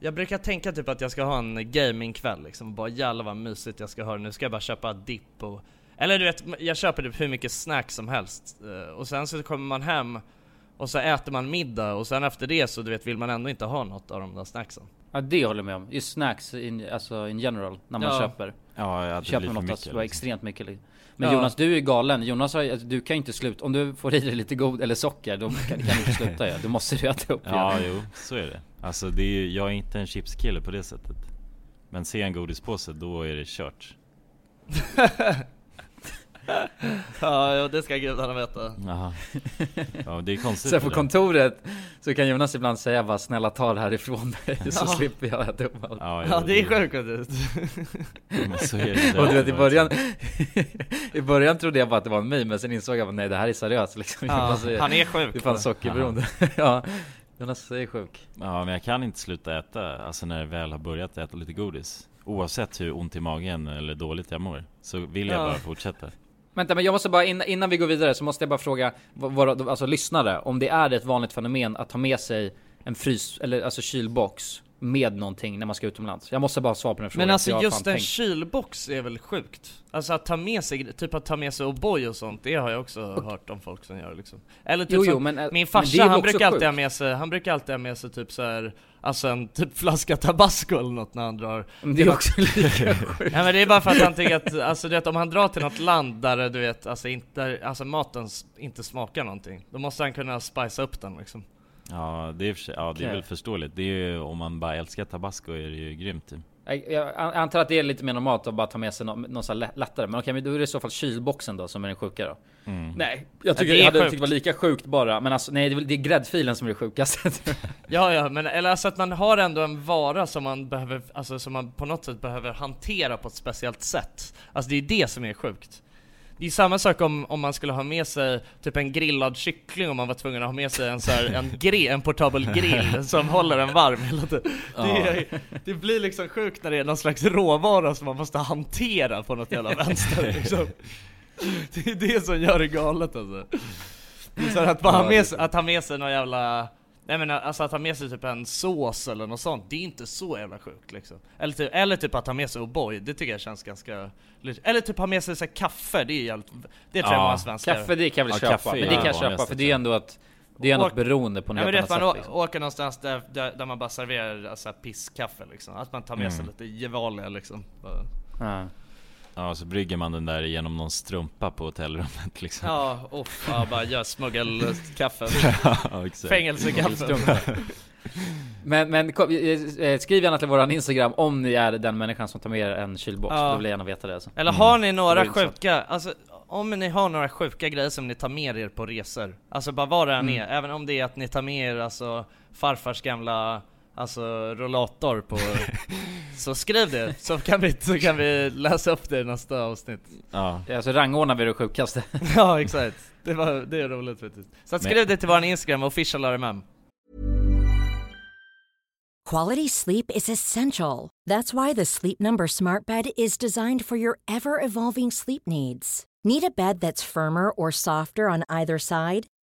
S2: jag brukar tänka typ att jag ska ha en gamingkväll liksom, och bara jävlar vad mysigt jag ska ha det. nu ska jag bara köpa dipp och... Eller du vet, jag köper typ hur mycket snacks som helst. eh, Och sen så kommer man hem och så äter man middag och sen efter det så du vet vill man ändå inte ha något av de där snacksen.
S4: ja, det håller jag med om. Just snacks in, alltså in general, när man
S2: Ja.
S4: köper.
S1: Ja, ja, det
S4: köper
S1: blir
S4: man
S1: för
S4: oftast
S1: mycket,
S4: bara
S1: liksom.
S4: extremt mycket. liksom. Men
S2: Ja.
S4: Jonas, du är galen. Jonas, har, ju- alltså, du kan ju inte sluta. Om du får i dig lite god eller socker, då kan, kan du inte sluta ju. Då måste du äta upp ju.
S1: Ja, jo, så är det. Alltså det är ju, jag är inte en chipskille på det sättet. Men ser jag en godispåse, då är det kört.
S2: Ja, ja det ska gudarna veta.
S1: Jaha. Ja, det är konstigt.
S4: Sen på
S1: det där.
S4: kontoret så kan Jonas ibland säga bara snälla ta det här ifrån dig så
S2: Ja.
S4: slipper jag äta upp allt.
S1: Ja, jo,
S2: Ja det är sjukt.
S1: men så är det där.
S4: Och du vet i början, i början trodde jag bara att det var en meme men sen insåg jag att nej det här är seriöst liksom.
S2: Ja,
S4: Jonas är,
S2: han är
S4: det är
S2: sjuk.
S4: fan sockerberoende. ja, Jonas är sjuk.
S1: Ja, men jag kan inte sluta äta, alltså när jag väl har börjat äta lite godis. Oavsett hur ont i magen eller dåligt jag mår, så vill jag
S2: Ja.
S1: bara fortsätta.
S4: Vänta men jag måste bara, innan, innan vi går vidare så måste jag bara fråga v- våra, alltså lyssnare, om det är ett vanligt fenomen att ta med sig en frys, eller alltså kylbox med någonting när man ska utomlands. Jag måste bara svara på den frågan.
S2: Men
S4: för
S2: alltså
S4: jag har
S2: just
S4: fan
S2: en
S4: tänkt-
S2: kylbox är väl sjukt? Alltså att ta med sig, typ att ta med sig O'boy och sånt, det har jag också hört om folk som gör liksom. Eller typ
S4: Jo, jo,
S2: som,
S4: men, eh, men
S2: min
S4: det är
S2: farsa
S4: ju
S2: han
S4: också
S2: brukar alltid
S4: sjukt.
S2: ha med sig, han brukar alltid ha med sig typ så här, alltså en typ flaska tabasco eller något när han drar.
S4: Men det är också lika
S2: Nej men det är bara för att han tycker att, alltså du vet om han drar till något land där du vet, alltså inte, där- alltså maten s- inte smakar någonting, då måste han kunna spicea upp den liksom.
S1: Ja, det är, i och för sig- ja, det är
S4: Okej.
S1: väl förståeligt. Det är ju, om man bara älskar tabasco är det ju grymt typ.
S4: Jag, jag an- antar att det är lite mer normalt att bara ta med sig någon, någon så här lä- lättare. Men okej, men då är det i så fall kylboxen då som är den sjuka då.
S1: Mm.
S4: Nej, jag tycker
S2: det
S4: det,
S2: är
S4: hade
S2: sjukt.
S4: tyckt var lika sjukt bara. Men alltså nej, det är, väl- det är gräddfilen som är det sjukaste.
S2: Ja, ja, men eller alltså att man har ändå en vara som man behöver, alltså som man på något sätt behöver hantera på ett speciellt sätt. Alltså det är det som är sjukt. Det är samma sak om, om man skulle ha med sig typ en grillad kyckling om man var tvungen att ha med sig en så här, en, gre, en portabel grill som håller en varm hela tiden. Det, är, det blir liksom sjukt när det är någon slags råvara som man måste hantera på något jävla vänster liksom. Det är det som gör det galet alltså. Det är så här att bara ha med sig, att ha med sig någon jävla Nej men alltså att ha med sig typ en sås eller något sånt, det är inte så jävla sjukt liksom. Eller typ, eller typ att ha med sig O'boy, det tycker jag känns ganska... Eller typ ha med sig så här kaffe, det är jävligt... Det tror
S1: Ja,
S2: jag många svenskar...
S4: kaffe det kan jag väl
S1: Ja,
S4: köpa.
S1: kaffe är
S4: Men det kan jag
S1: det
S4: köpa för
S1: vanligaste,
S4: det är ju ändå att det är
S2: Och-
S4: något beroende på
S2: Nej
S4: något
S2: men du
S4: annat
S2: vet man å-
S4: sätt. liksom.
S2: åker någonstans där, där, där man bara serverar alltså, pisskaffe liksom. Att man tar med sig
S1: Mm.
S2: lite Gevalia liksom. Bara-
S4: Ja.
S1: Ja, så brygger man den där genom någon strumpa på hotellrummet liksom.
S2: Ja, uff, ja, bara gör smuggelkaffe.
S1: Ja, exakt.
S2: Fängelsekaffe.
S4: Men, men kom, eh, eh, skriv gärna till våran Instagram om ni är den människan som tar med er en kylbox.
S2: Ja.
S4: Då vill jag gärna veta det alltså.
S2: Eller har
S1: Mm.
S2: ni några
S4: Det var intressant.
S2: sjuka, alltså om ni har några sjuka grejer som ni tar med er på resor, alltså bara vad det än är, även om det är att ni tar med er alltså farfars gamla Alltså rollator på... så skriv det, så kan, vi, så kan vi läsa upp det i nästa avsnitt
S1: Ja.
S4: Alltså rangordnar vi det sjukaste.
S2: Ja exakt, det, var, det är roligt faktiskt Så att
S1: Men-
S2: skriv det till våran Instagram, official RMM
S6: Quality sleep is essential. That's why the Sleep Number Smart Bed is designed for your ever evolving sleep needs. Need a bed that's firmer or softer on either side?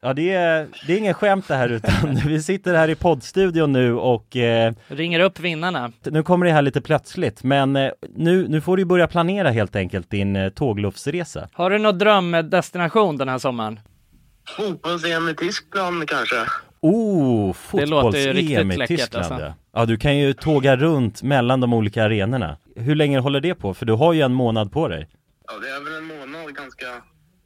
S1: Ja, det är, det är ingen skämt det här utan vi sitter här i poddstudion nu och eh,
S2: Ringer upp vinnarna.
S1: nu kommer det här lite plötsligt men eh, nu, nu får du börja planera helt enkelt din eh, tågluffsresa.
S2: Har du någon drömdestination den här sommaren?
S7: Fotbolls-EM i Tyskland kanske?
S1: Oh,
S2: Det låter ju
S1: fotbolls-EM
S2: riktigt
S1: i
S2: läckert,
S1: Tyskland
S2: alltså.
S1: ja. ja, du kan ju tåga runt mellan de olika arenorna. Hur länge håller det på? För du har ju en månad på dig.
S7: Ja, det är väl en månad ganska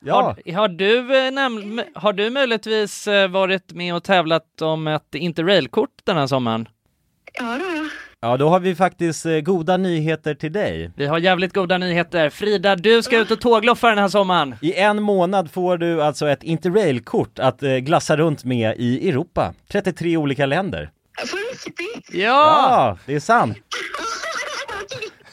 S1: Ja,
S2: Har, har, du, eh, näml- har du möjligtvis eh, varit med och tävlat om ett interrailkort den här sommaren?
S8: Ja, då, ja.
S1: ja då har vi faktiskt eh, goda nyheter till dig.
S2: Vi har jävligt goda nyheter. Frida, du ska ut och tågloffa den här sommaren.
S1: I en månad får du alltså ett interrailkort att eh, glassa runt med i Europa. 33 olika länder.
S8: På riktigt?
S2: Ja!
S1: Ja, det är sant!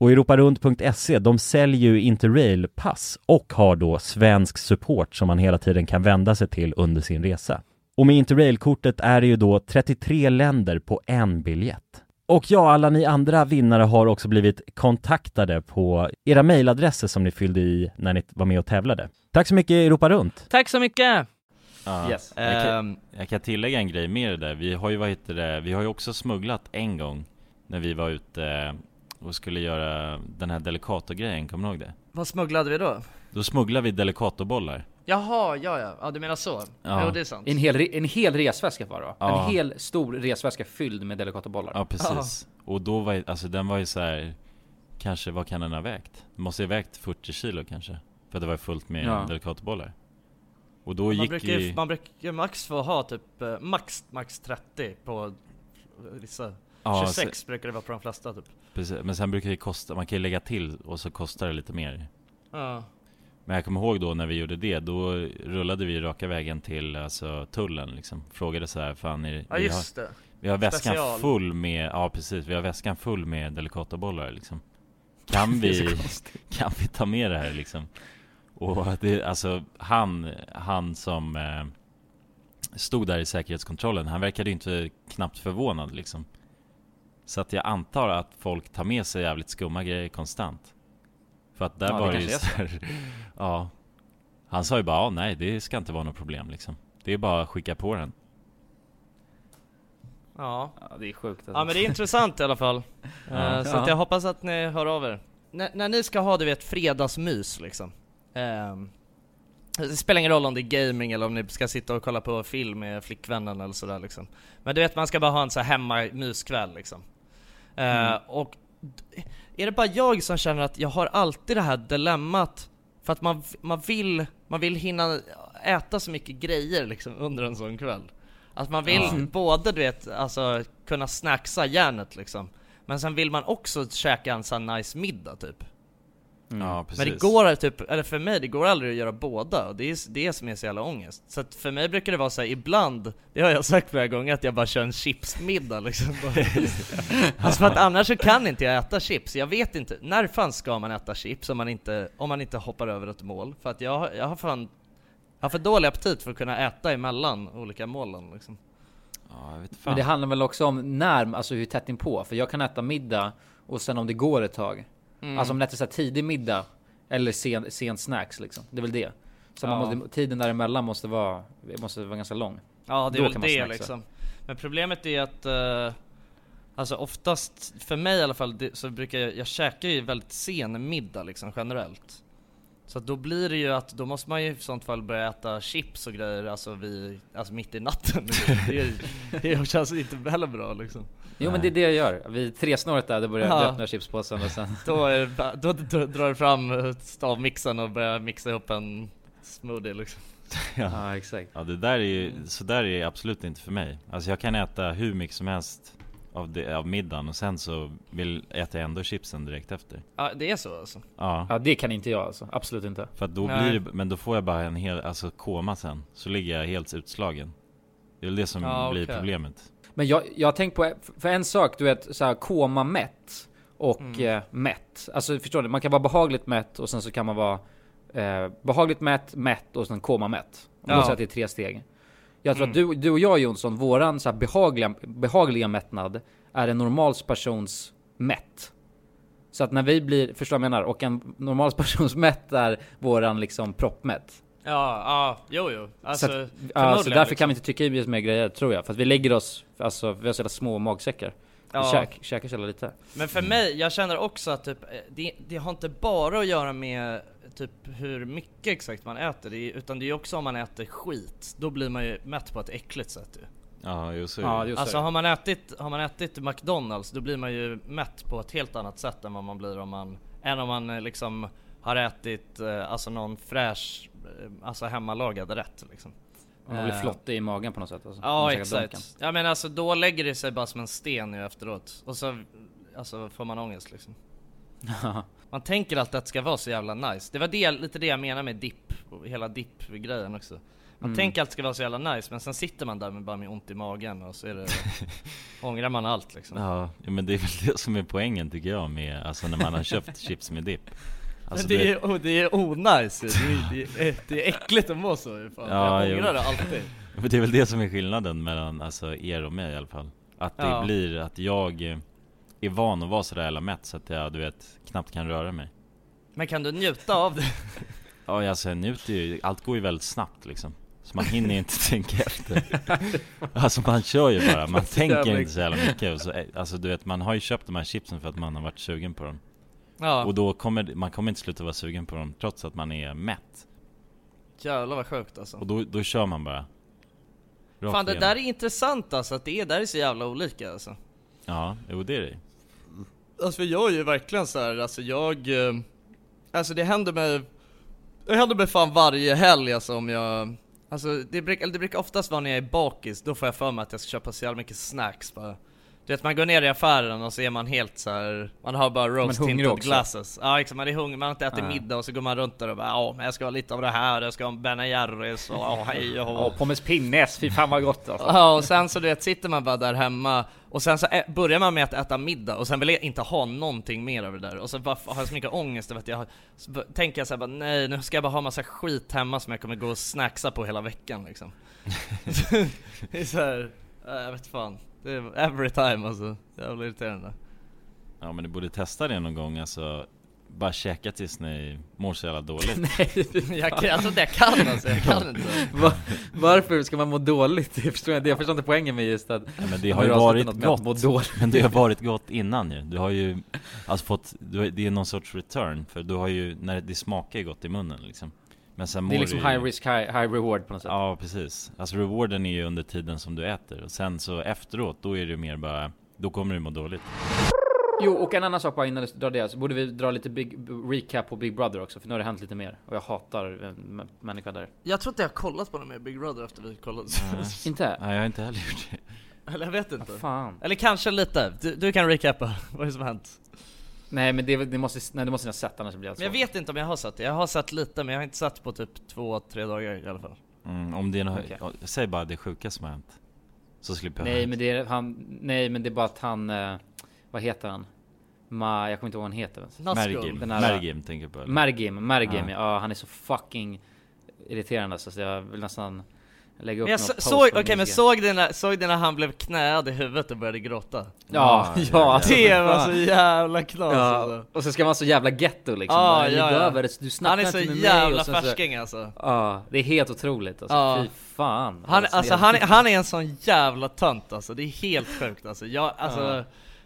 S1: Och europarunt.se, E, de säljer ju Interrail-pass och har då svensk support som man hela tiden kan vända sig till under sin resa. Och med Interrail-kortet är det ju då 33 länder på en biljett. Och ja, alla ni andra vinnare har också blivit kontaktade på era mejladresser som ni fyllde i när ni var med och tävlade. Tack så mycket Europa Runt!
S2: Tack så mycket!
S9: Ja.
S2: Yes. Eh,
S9: jag,
S10: Ehm.
S9: kan, jag kan tillägga en grej med det där Vi har ju, vad heter det, vi har ju också smugglat en gång När vi var ute och skulle göra den här Delicato-grejen, kommer ni ihåg det?
S10: Vad smugglade vi då?
S9: Då smugglade vi Delicato-bollar
S2: Jaha, ja ja, ja du menar så?
S4: Ja.
S2: Ja. Jo det är sant.
S4: En hel, re- en hel resväska var det
S1: Ja.
S4: En hel stor resväska fylld med delikata bollar.
S1: Ja precis. Och då var ju, alltså den var ju så här. Kanske, vad kan den ha vägt? Den måste ju ha vägt 40 kilo kanske. För det var ju fullt med
S4: Ja.
S1: delikatbollar. Och då
S2: man,
S1: gick
S2: brukar
S1: vi...
S2: ju, man brukar max få ha typ eh, max, max 30 på vissa.
S1: Ja,
S2: 26 brukar det vara på de flesta typ.
S1: Precis, men sen brukar det kosta, man kan ju lägga till och så kostar det lite mer.
S2: Ja.
S1: Men jag kommer ihåg då när vi gjorde det, då rullade vi raka vägen till alltså, tullen liksom. Frågade så här, fan är,
S2: Ja,
S1: vi
S2: just
S1: har,
S2: det.
S1: Vi har väskan
S2: Special.
S1: full med, ja precis, vi har väskan full med delikatabollar liksom. Kan
S4: Det är så
S1: vi,
S4: konstigt.
S1: kan vi ta med det här liksom? Och det, alltså han, han som eh, stod där i säkerhetskontrollen, han verkade ju inte knappt förvånad liksom. Så att jag antar att folk tar med sig jävligt skumma grejer konstant. För att där
S4: Ja, det
S1: var det ju
S4: kanske
S1: så
S4: är så.
S1: här, ja. Han sa ju bara, ja, nej det ska inte vara något problem liksom. Det är bara att skicka på den.
S2: Ja.
S4: det är sjukt
S2: Ja men det är intressant i alla fall.
S1: Ja.
S2: Eh, Så att jag hoppas att ni hör av er. När- när ni ska ha du vet fredagsmys liksom. ehm, det spelar ingen roll om det är gaming eller om ni ska sitta och kolla på film med flickvännen eller sådär liksom. Men du vet man ska bara ha en så här hemmamyskväll liksom. Eh, Och d- är det bara jag som känner att jag har alltid det här dilemmat för att man, man, vill, man vill hinna äta så mycket grejer liksom under en sån kväll. Att man vill
S11: Ja. Mm.
S2: både du vet, alltså kunna snacksa järnet liksom. Men sen vill man också käka en sån här nice middag typ.
S4: Mm.
S1: Ja precis.
S2: Men det går typ, eller för mig, det går aldrig att göra båda och det är s- det som är så jävla ångest. Så att för mig brukar det vara så här, ibland, det har jag sagt flera gånger, att jag bara kör en chipsmiddag liksom. alltså för att annars så kan inte jag äta chips, jag vet inte, när fan ska man äta chips om man inte, om man inte hoppar över ett mål? För att jag, har- jag har fan, jag har för dålig aptit för att kunna äta emellan olika målen liksom.
S1: Ja, jag vet fan.
S4: Men det handlar väl också om när, alltså hur tätt inpå. För jag kan äta middag och sen om det går ett tag.
S2: Mm.
S4: Alltså om det är så här tidig middag eller sen, sen snacks liksom. Det är väl det. Så
S2: Ja.
S4: man måste, tiden däremellan måste vara, måste vara ganska lång.
S2: Ja det
S4: Då
S2: är väl
S4: kan man
S2: det
S4: snacksa.
S2: liksom. Men problemet är att, eh, alltså oftast, för mig i alla fall, det, så brukar jag, jag käkar ju väldigt sen middag liksom generellt. Så att då blir det ju att, då måste man ju i sånt fall börja äta chips och grejer alltså, vid, alltså mitt i natten. det, är- det känns inte väl bra liksom.
S4: Jo men det är det jag gör. Vid tresnåret där, då börjar jag
S2: Ja.
S4: öppna chipspåsen och sen...
S2: Då, är, det ba- då dr- drar du fram eh, stavmixaren och börjar mixa ihop en smoothie liksom.
S1: Ja.
S4: ja exakt.
S1: Ja det där är ju, så där är det absolut inte för mig. Alltså jag kan äta hur mycket som helst av, det, av middagen och sen så vill, äter jag ändå chipsen direkt efter.
S2: Ja det är så alltså.
S1: Ja,
S4: Ja det kan inte jag alltså. Absolut inte.
S1: för att då
S2: Nej.
S1: blir det, men då får jag bara en hel, alltså koma sen. Så ligger jag helt utslagen. Det är väl det som
S2: Ja,
S1: blir
S2: okej.
S1: problemet.
S4: Men jag, jag har tänkt på, för en sak, du vet såhär koma mätt och eh, mätt. Alltså förstår du? Man kan vara behagligt mätt och sen så kan man vara eh, behagligt mätt, mätt och sen koma mätt. Om man
S2: Ja.
S4: säger att det är tre steg. Jag tror att du, du och jag Jonsson, våran så här behagliga, behagliga mättnad är en normal persons mätt. Så att när vi blir, förstår du vad jag menar? Och en normal persons mätt är våran liksom proppmätt.
S2: Ja, ja, jo jo. Alltså,
S4: så att, ja, så
S2: förmodligen,
S4: därför
S2: liksom.
S4: kan vi inte trycka i oss mer grejer tror jag. För att vi lägger oss, alltså vi har så jävla små magsäckar.
S2: Ja.
S4: Vi käk, käkar så jävla lite.
S2: Men för mig, jag känner också att typ, eh, det, det har inte bara att göra med typ hur mycket exakt man äter, det är, utan det är också om man äter skit. Då blir man ju mätt på ett äckligt sätt ju.
S1: Ja, jo, så är
S4: Ja,
S1: det.
S4: det är så.
S2: Alltså har man, ätit, har man ätit McDonalds, då blir man ju mätt på ett helt annat sätt än vad man blir om man, än om man eh, liksom har ätit eh, alltså någon fräsch, eh, alltså hemmalagad rätt liksom.
S4: Man blir
S2: Eh,
S4: flottig i magen på något sätt. Alltså. Om
S2: Ja
S4: man käkar Dunkin'.
S2: exakt. Ja men alltså då lägger det sig bara som en sten ju efteråt. Och så alltså, får man ångest liksom. man tänker alltid att det ska vara så jävla nice. Det var det, lite det jag menar med dipp, och hela dipp-grejen också. Man tänker att det ska vara så jävla nice men sen sitter man där med bara med ont i magen och så är det, ångrar man allt liksom.
S1: Ja, ja, men det är väl det som är poängen tycker jag med, alltså när man har köpt chips med dipp. Alltså,
S2: men det, är, och det är onajs ju. det, är- det, är- det är äckligt att må så ju, fan.
S1: Ja,
S2: Jag
S1: jo.
S2: ångrar det alltid.
S1: Men det är väl det som är skillnaden mellan alltså, er och mig i alla fall. Att det
S2: Ja.
S1: blir att jag eh, är van att vara sådär jävla mätt så att jag du vet knappt kan röra mig.
S2: Men kan du njuta av det?
S1: Ja jag alltså, jag njuter ju, allt går ju väldigt snabbt liksom. Så man hinner ju inte tänka efter. Alltså man kör ju bara, man tänker inte så jävla mycket. Och så, eh, alltså du vet, man har ju köpt de här chipsen för att man har varit sugen på dem.
S2: Ja.
S1: Och då kommer, man kommer inte sluta vara sugen på dem trots att man är mätt.
S2: Jävlar vad sjukt alltså.
S1: Och då, då kör man bara. Rakt
S2: Fan det
S1: igenom.
S2: där är intressant alltså, att det är, där är så jävla olika alltså.
S1: Ja, jo det är det
S2: Alltså för jag är ju verkligen så här, alltså jag... eh, Alltså det händer mig... Det händer mig fan varje helg alltså om jag... Alltså det, bruk, eller det brukar oftast vara när jag är bakis, då får jag för mig att jag ska köpa så jävla mycket snacks bara. Du vet man går ner i affären och så är man helt så här. man har bara roast
S4: hungrig
S2: tinted
S4: också.
S2: glasses. Ja exakt, man är hungrig, man har inte ätit
S4: Ja.
S2: middag och så går man runt där och bara ja men jag ska ha lite av det här, jag ska ha en Ben Jerrys och ja hej och hå."
S4: Ja, pommes pinnes, fy fan vad gott alltså.
S2: Ja, och sen så du vet, sitter man bara där hemma och sen så ä- börjar man med att äta middag och sen vill jag inte ha någonting mer av det där och så bara f- har jag så mycket ångest över att jag har, så b- tänker jag såhär bara nej nu ska jag bara ha massa skit hemma som jag kommer gå och snacksa på hela veckan liksom. det är såhär, ja, jag vet fan. Det är every time alltså, jävla irriterande.
S1: Ja men du borde testa det någon gång alltså Bara käka tills ni mår så jävla dåligt
S2: Jag, kan- jag tror inte jag kan alltså, jag kan inte.
S4: Va- Varför ska man må dåligt? Det förstår jag inte. Jag förstår inte poängen med just att...
S1: Nej, men det har ju
S4: när du
S1: varit
S4: avslutat något med att
S1: gott,
S4: Må dåligt.
S1: men det har varit gott innan ju Du har ju alltså fått, du, har- det är någon sorts return För du har ju, när det smakar ju gott i munnen liksom Men sen
S4: Det är
S1: mår
S4: liksom
S1: du ju-
S4: high risk, high, high reward på något sätt.
S1: Ja precis, alltså rewarden är ju under tiden som du äter Och sen så efteråt, då är det ju mer bara, då kommer du må dåligt
S4: Jo, och en annan sak bara innan du drar det. Så borde vi dra lite big, b- recap på Big Brother också. För nu har det hänt lite mer. Och jag hatar en m- människa där.
S2: Jag tror inte jag har kollat på någon mer Big Brother efter vi kollat.
S4: Inte?
S1: Nej jag har inte heller gjort det
S2: Eller jag vet inte.
S4: Fan.
S2: Eller kanske lite, du, du kan recappa vad det är som har hänt.
S4: Nej men det, är väl- det måste, nej det måste ni ha sett annars blir det
S2: Men jag
S4: så.
S2: vet inte om jag har satt det, jag har satt lite men jag har inte satt på typ två, tre dagar i alla fall
S1: mm, Om det är något,
S4: Okej.
S1: ja, säg bara det sjuka som har hänt Så slipper jag
S4: Nej men det är han, nej men det är bara att han, eh, vad heter han? Ma, jag kommer inte ihåg vad han heter ens.
S1: Mergim,
S4: Den här-
S1: Mergim tänker jag på eller?
S4: Mergim, Mergim
S1: Ja.
S4: ja. han är så fucking irriterande alltså, så jag vill nästan lägga upp
S2: Men jag
S4: något
S2: så,
S4: post
S2: såg,
S4: på
S2: okej men
S4: Instagram.
S2: såg den när, såg den när han blev knäad i huvudet och började gråta?
S4: Ja,
S1: Ja,
S4: ja,
S1: ja,
S4: alltså,
S2: Det var
S4: fan.
S2: så jävla knas
S4: ja,
S2: alltså.
S4: Och så ska man så jävla ghetto liksom,
S2: Ja,
S4: ja,
S2: ja, ja.
S4: ja, Över, du snackar
S2: Han är så
S4: inte med mig
S2: jävla
S4: och sen så,
S2: färsking alltså
S4: Ja, det är helt otroligt alltså,
S2: Ja.
S4: fy fan
S2: han,
S4: så
S2: alltså,
S4: jävla-
S2: han, är- han är en sån jävla tönt alltså, det är helt sjukt alltså, jag, alltså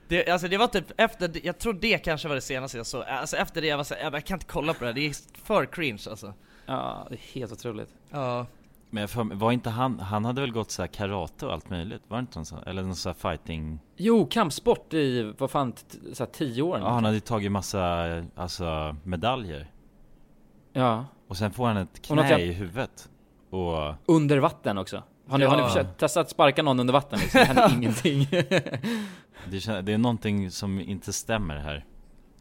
S2: Det, alltså det var typ efter, det- jag tror det kanske var det senaste jag såg, alltså efter det jag var såhär, jag bara, jag kan inte kolla på det här, det är för cringe alltså
S4: Ja, det är helt otroligt
S2: Ja,
S1: Men jag för, mig- var inte han, han hade väl gått så här karate och allt möjligt? Var det inte någon sån, eller någon sån här fighting?
S4: Jo, kampsport i, vad fan, t- t- såhär 10 år
S1: Ja han hade ju tagit massa, alltså medaljer
S4: ja.
S1: Och sen får han ett
S4: Och något
S1: knä
S4: jag-
S1: i huvudet Och,
S4: Under vatten också. Har ni, har ni
S2: Ja.
S4: försökt testa att sparka någon under vatten liksom? Det händer ingenting.
S1: det, kän- det är någonting som inte stämmer här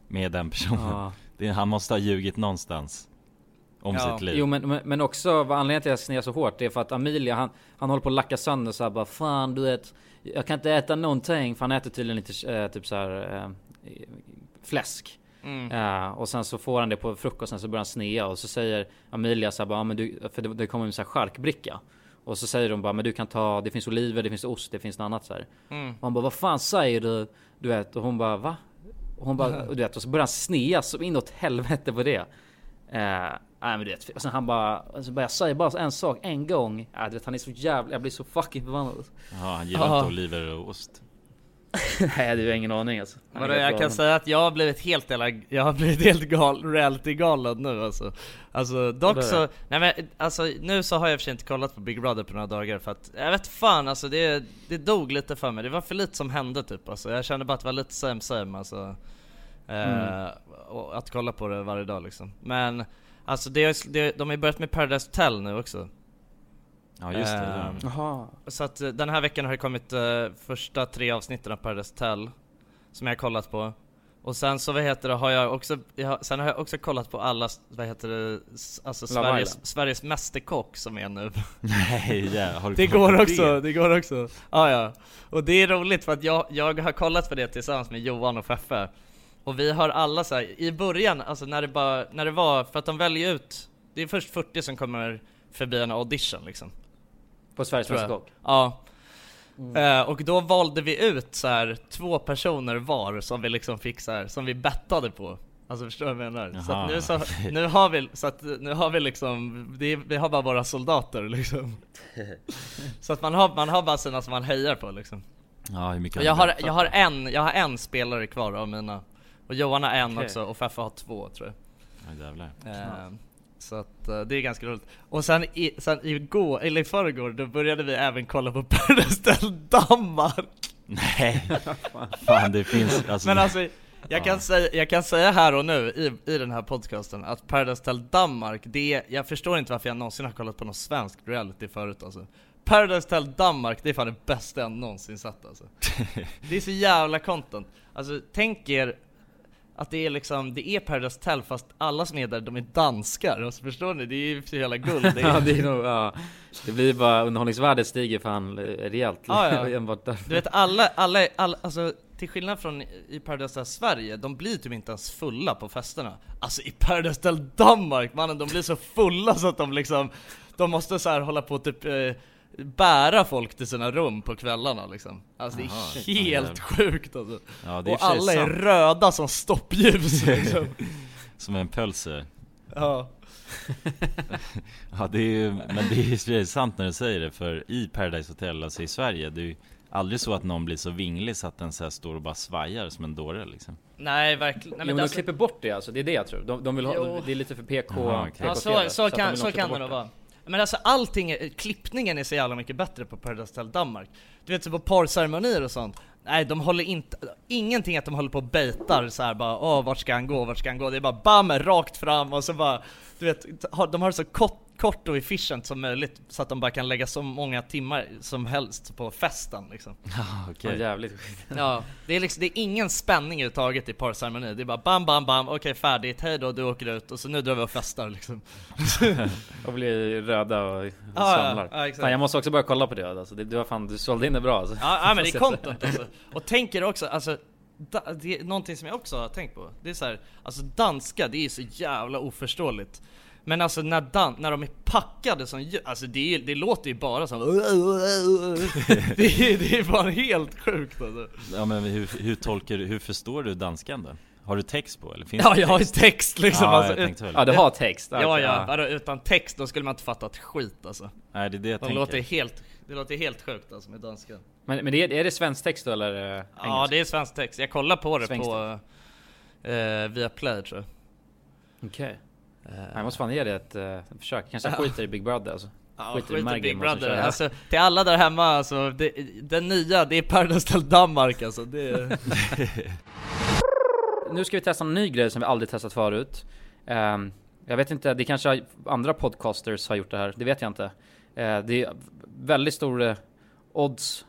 S1: Med den personen
S4: Ja.
S1: det, är- Han måste ha ljugit någonstans Om
S2: Ja.
S1: sitt liv
S4: Jo men, men, men också vad anledningen till att jag snear så hårt det är för att Amelia han, han håller på att lacka sönder såhär bara fan du vet Jag kan inte äta någonting för han äter tydligen lite eh, typ såhär eh, fläsk. Eh, och sen så får han det på frukosten så börjar han snea och så säger Amelia såhär bara "Ja, men du, för det, det kommer en sån här charkbricka. Och så säger de bara men du kan ta, det finns oliver, det finns ost, det finns något annat såhär.
S2: Mm.
S4: Och han bara vad fan säger du? Du vet och hon bara va? Och hon bara, och du vet, och så börjar han snea så inåt helvete på det. Eh, nej men du vet, och sen han bara, och så börjar jag säga bara en sak en gång. Äh, du vet han är så jävla, jag blir så fucking förbannad.
S1: ja, Han gillar inte oliver och ost
S4: nej du har ingen aning alltså. Han är
S2: Vadå,
S4: helt
S2: jag kan
S4: galen.
S2: säga att jag har blivit helt jävla, jag har blivit helt gal, reality-galen nu alltså Alltså dock
S4: Vadå?
S2: så, nej men alltså nu så har jag i och för sig inte kollat på Big Brother på några dagar för att Jag vet fan alltså det, det dog lite för mig, det var för lite som hände typ alltså Jag kände bara att det var lite sämsäm alltså eh,
S4: Mm.
S2: och Att kolla på det varje dag liksom Men Alltså det, har- det, de har ju börjat med Paradise Hotel nu också
S1: Ja just det, det,
S2: Ehm,
S1: är han.
S4: Jaha.
S2: så att eh, den här veckan har det kommit eh, första tre avsnitten av Paradise Hotel Som jag har kollat på Och sen så vad heter det, har jag också, jag, har- sen har jag också kollat på alla, s- vad heter det, s- alltså
S4: Love
S2: Sveriges,
S4: Island.
S2: Sveriges Mästerkock som är nu
S1: Nej ja, har du
S2: Det
S1: kollat
S2: går
S1: på
S2: också, det går också ah, ja. Och det är roligt för att jag, jag har kollat på det tillsammans med Johan och Feffe Och vi har alla så här, i början, alltså när det bara, när det var, för att de väljer ut Det är först 40 som kommer förbi en audition liksom
S4: På Sveriges Mm.
S2: tror jag.
S4: Mästerkock.
S2: Ja. Eh, och då valde vi ut så här två personer var som vi liksom fick så här, som vi bettade på. Alltså förstår du vad jag menar? Så
S1: Jaha,
S2: att nu så,
S1: okej.
S2: nu har vi, så att nu har vi liksom, det är, vi har bara våra soldater liksom. så att man har, man har bara sina som man hejar på liksom.
S1: Ja hur mycket
S2: Och
S1: har
S2: jag
S1: du
S2: har,
S1: bettat?
S2: jag har en, jag har en spelare kvar av mina. Och Johan har en
S4: Okej.
S2: också och Feffe har två tror jag.
S1: Ja, jävlar.
S2: Eh, Så att eh, det är ganska roligt. Och sen, i, sen igår, eller i förrgår, då började vi även kolla på Perreställ Danmark!
S1: Nej, fan det finns alltså,
S2: Men alltså, jag kan,
S1: Ja.
S2: säga, jag kan säga här och nu i, i den här podcasten att Paradise Hotel Danmark, det är, jag förstår inte varför jag någonsin har kollat på någon svensk reality förut alltså. Paradise Hotel Danmark, det är fan det bästa jag någonsin sett alltså. Det är så jävla content. Alltså tänk er att det är liksom, det är Paradise Hotel fast alla som är där de är danskar, alltså, förstår ni? Det är ju så jävla guld. Det
S4: ja, det, är nog, ja. det blir bara underhållningsvärdet stiger fan eh, rejält.
S2: Ja, ja.
S4: Enbart därför.
S2: Du vet alla, alla, alla alltså till skillnad från i Paradise Hotel Sverige, de blir typ inte ens fulla på festerna. Alltså i Paradise Hotel Danmark mannen, de blir så fulla så att de liksom, de måste så här hålla på och typ eh, bära folk till sina rum på kvällarna liksom. Alltså det är
S1: Jaha, shit,
S2: helt
S1: jävlar.
S2: sjukt alltså.
S1: Ja, det är i och
S2: och
S1: för sig
S2: alla är
S1: sant.
S2: röda som stoppljus liksom.
S1: som en pölse
S2: ja.
S1: Ja det är ju, men det är ju i och för sig sant när du säger det för i Paradise Hotel, alltså i Sverige Det är ju aldrig så att någon blir så vinglig så att den så här står och bara svajar som en dåre liksom
S2: Nej verkligen.
S4: jo, men de klipper bort det alltså, det är det jag tror. De, de vill ha,
S2: Jo.
S4: det är lite för PK,
S1: Jaha, okej.
S4: PK
S2: Ja, så, så kan, så kan det nog vara. Men alltså allting, är- klippningen är så jävla mycket bättre på Paradise Hotel Danmark. Du vet så på parceremonier och sånt, nej de håller inte, ingenting att de håller på och baitar så här bara åh vart ska han gå, vart ska han gå? Det är bara bam, rakt fram och så bara, du vet, t- har- de har det så kort, kort och efficient som möjligt så att de bara kan lägga så många timmar som helst på festen liksom.
S1: Ja okej
S4: Ja, jävligt skit.
S2: Ja, det är liksom, det är ingen spänning överhuvudtaget i parceremonier, det är bara bam, bam, bam, okej färdigt, hej då, du åker ut och så nu drar vi och festar liksom.
S4: Och blir röda och, och
S2: ja,
S4: samlar.
S2: ja, exakt.
S4: fan, jag måste också börja kolla på det alltså. det, du, har fan, du sålde in det bra alltså.
S2: Ja, ja men det är content alltså. Och tänker också, alltså, da, det är någonting som jag också har tänkt på. Det är så här, alltså danska det är ju så jävla oförståeligt. Men alltså när, dan- när de är packade som djur, alltså det, är, det låter ju bara som det, är, det är bara helt sjukt alltså.
S1: Ja men hur, hur tolkar du, hur förstår du danskan då? Har du text på eller? Finns
S2: Ja
S1: det
S2: jag har ju
S1: text?
S2: text liksom.
S1: Ja,
S2: alltså,
S1: jag tänkte väl.
S4: Ja, du har text. alltså.
S2: ja, ja, vadå, utan text då skulle man inte fatta ett skit alltså.
S1: Nej det är det jag
S2: De
S1: tänker
S2: låter helt, det låter helt sjukt alltså med danska.
S4: Men, men det är, är det svensk text då eller? eh, Engelsk?
S2: Ja det är svensk text, jag kollar på det
S4: Svensk
S2: på eh, via Play tror jag.
S4: Okej. Nej, Jag måste fan ge det ett eh, försök. Kanske jag skiter i Big Brother alltså.
S2: Ja,
S4: Skiter i
S2: skit i
S4: Mergim
S2: Big
S4: och så kör
S2: Brother.
S4: jag.
S2: Alltså, till alla där hemma, alltså, det, den nya, det är Paradise Hotel Danmark alltså. Det är...
S4: Nu ska vi testa en ny grej som vi aldrig testat förut. Ehm, jag vet inte, det kanske har- andra podcasters har gjort det här, det vet jag inte. Eh, det är väldigt stor eh, odds,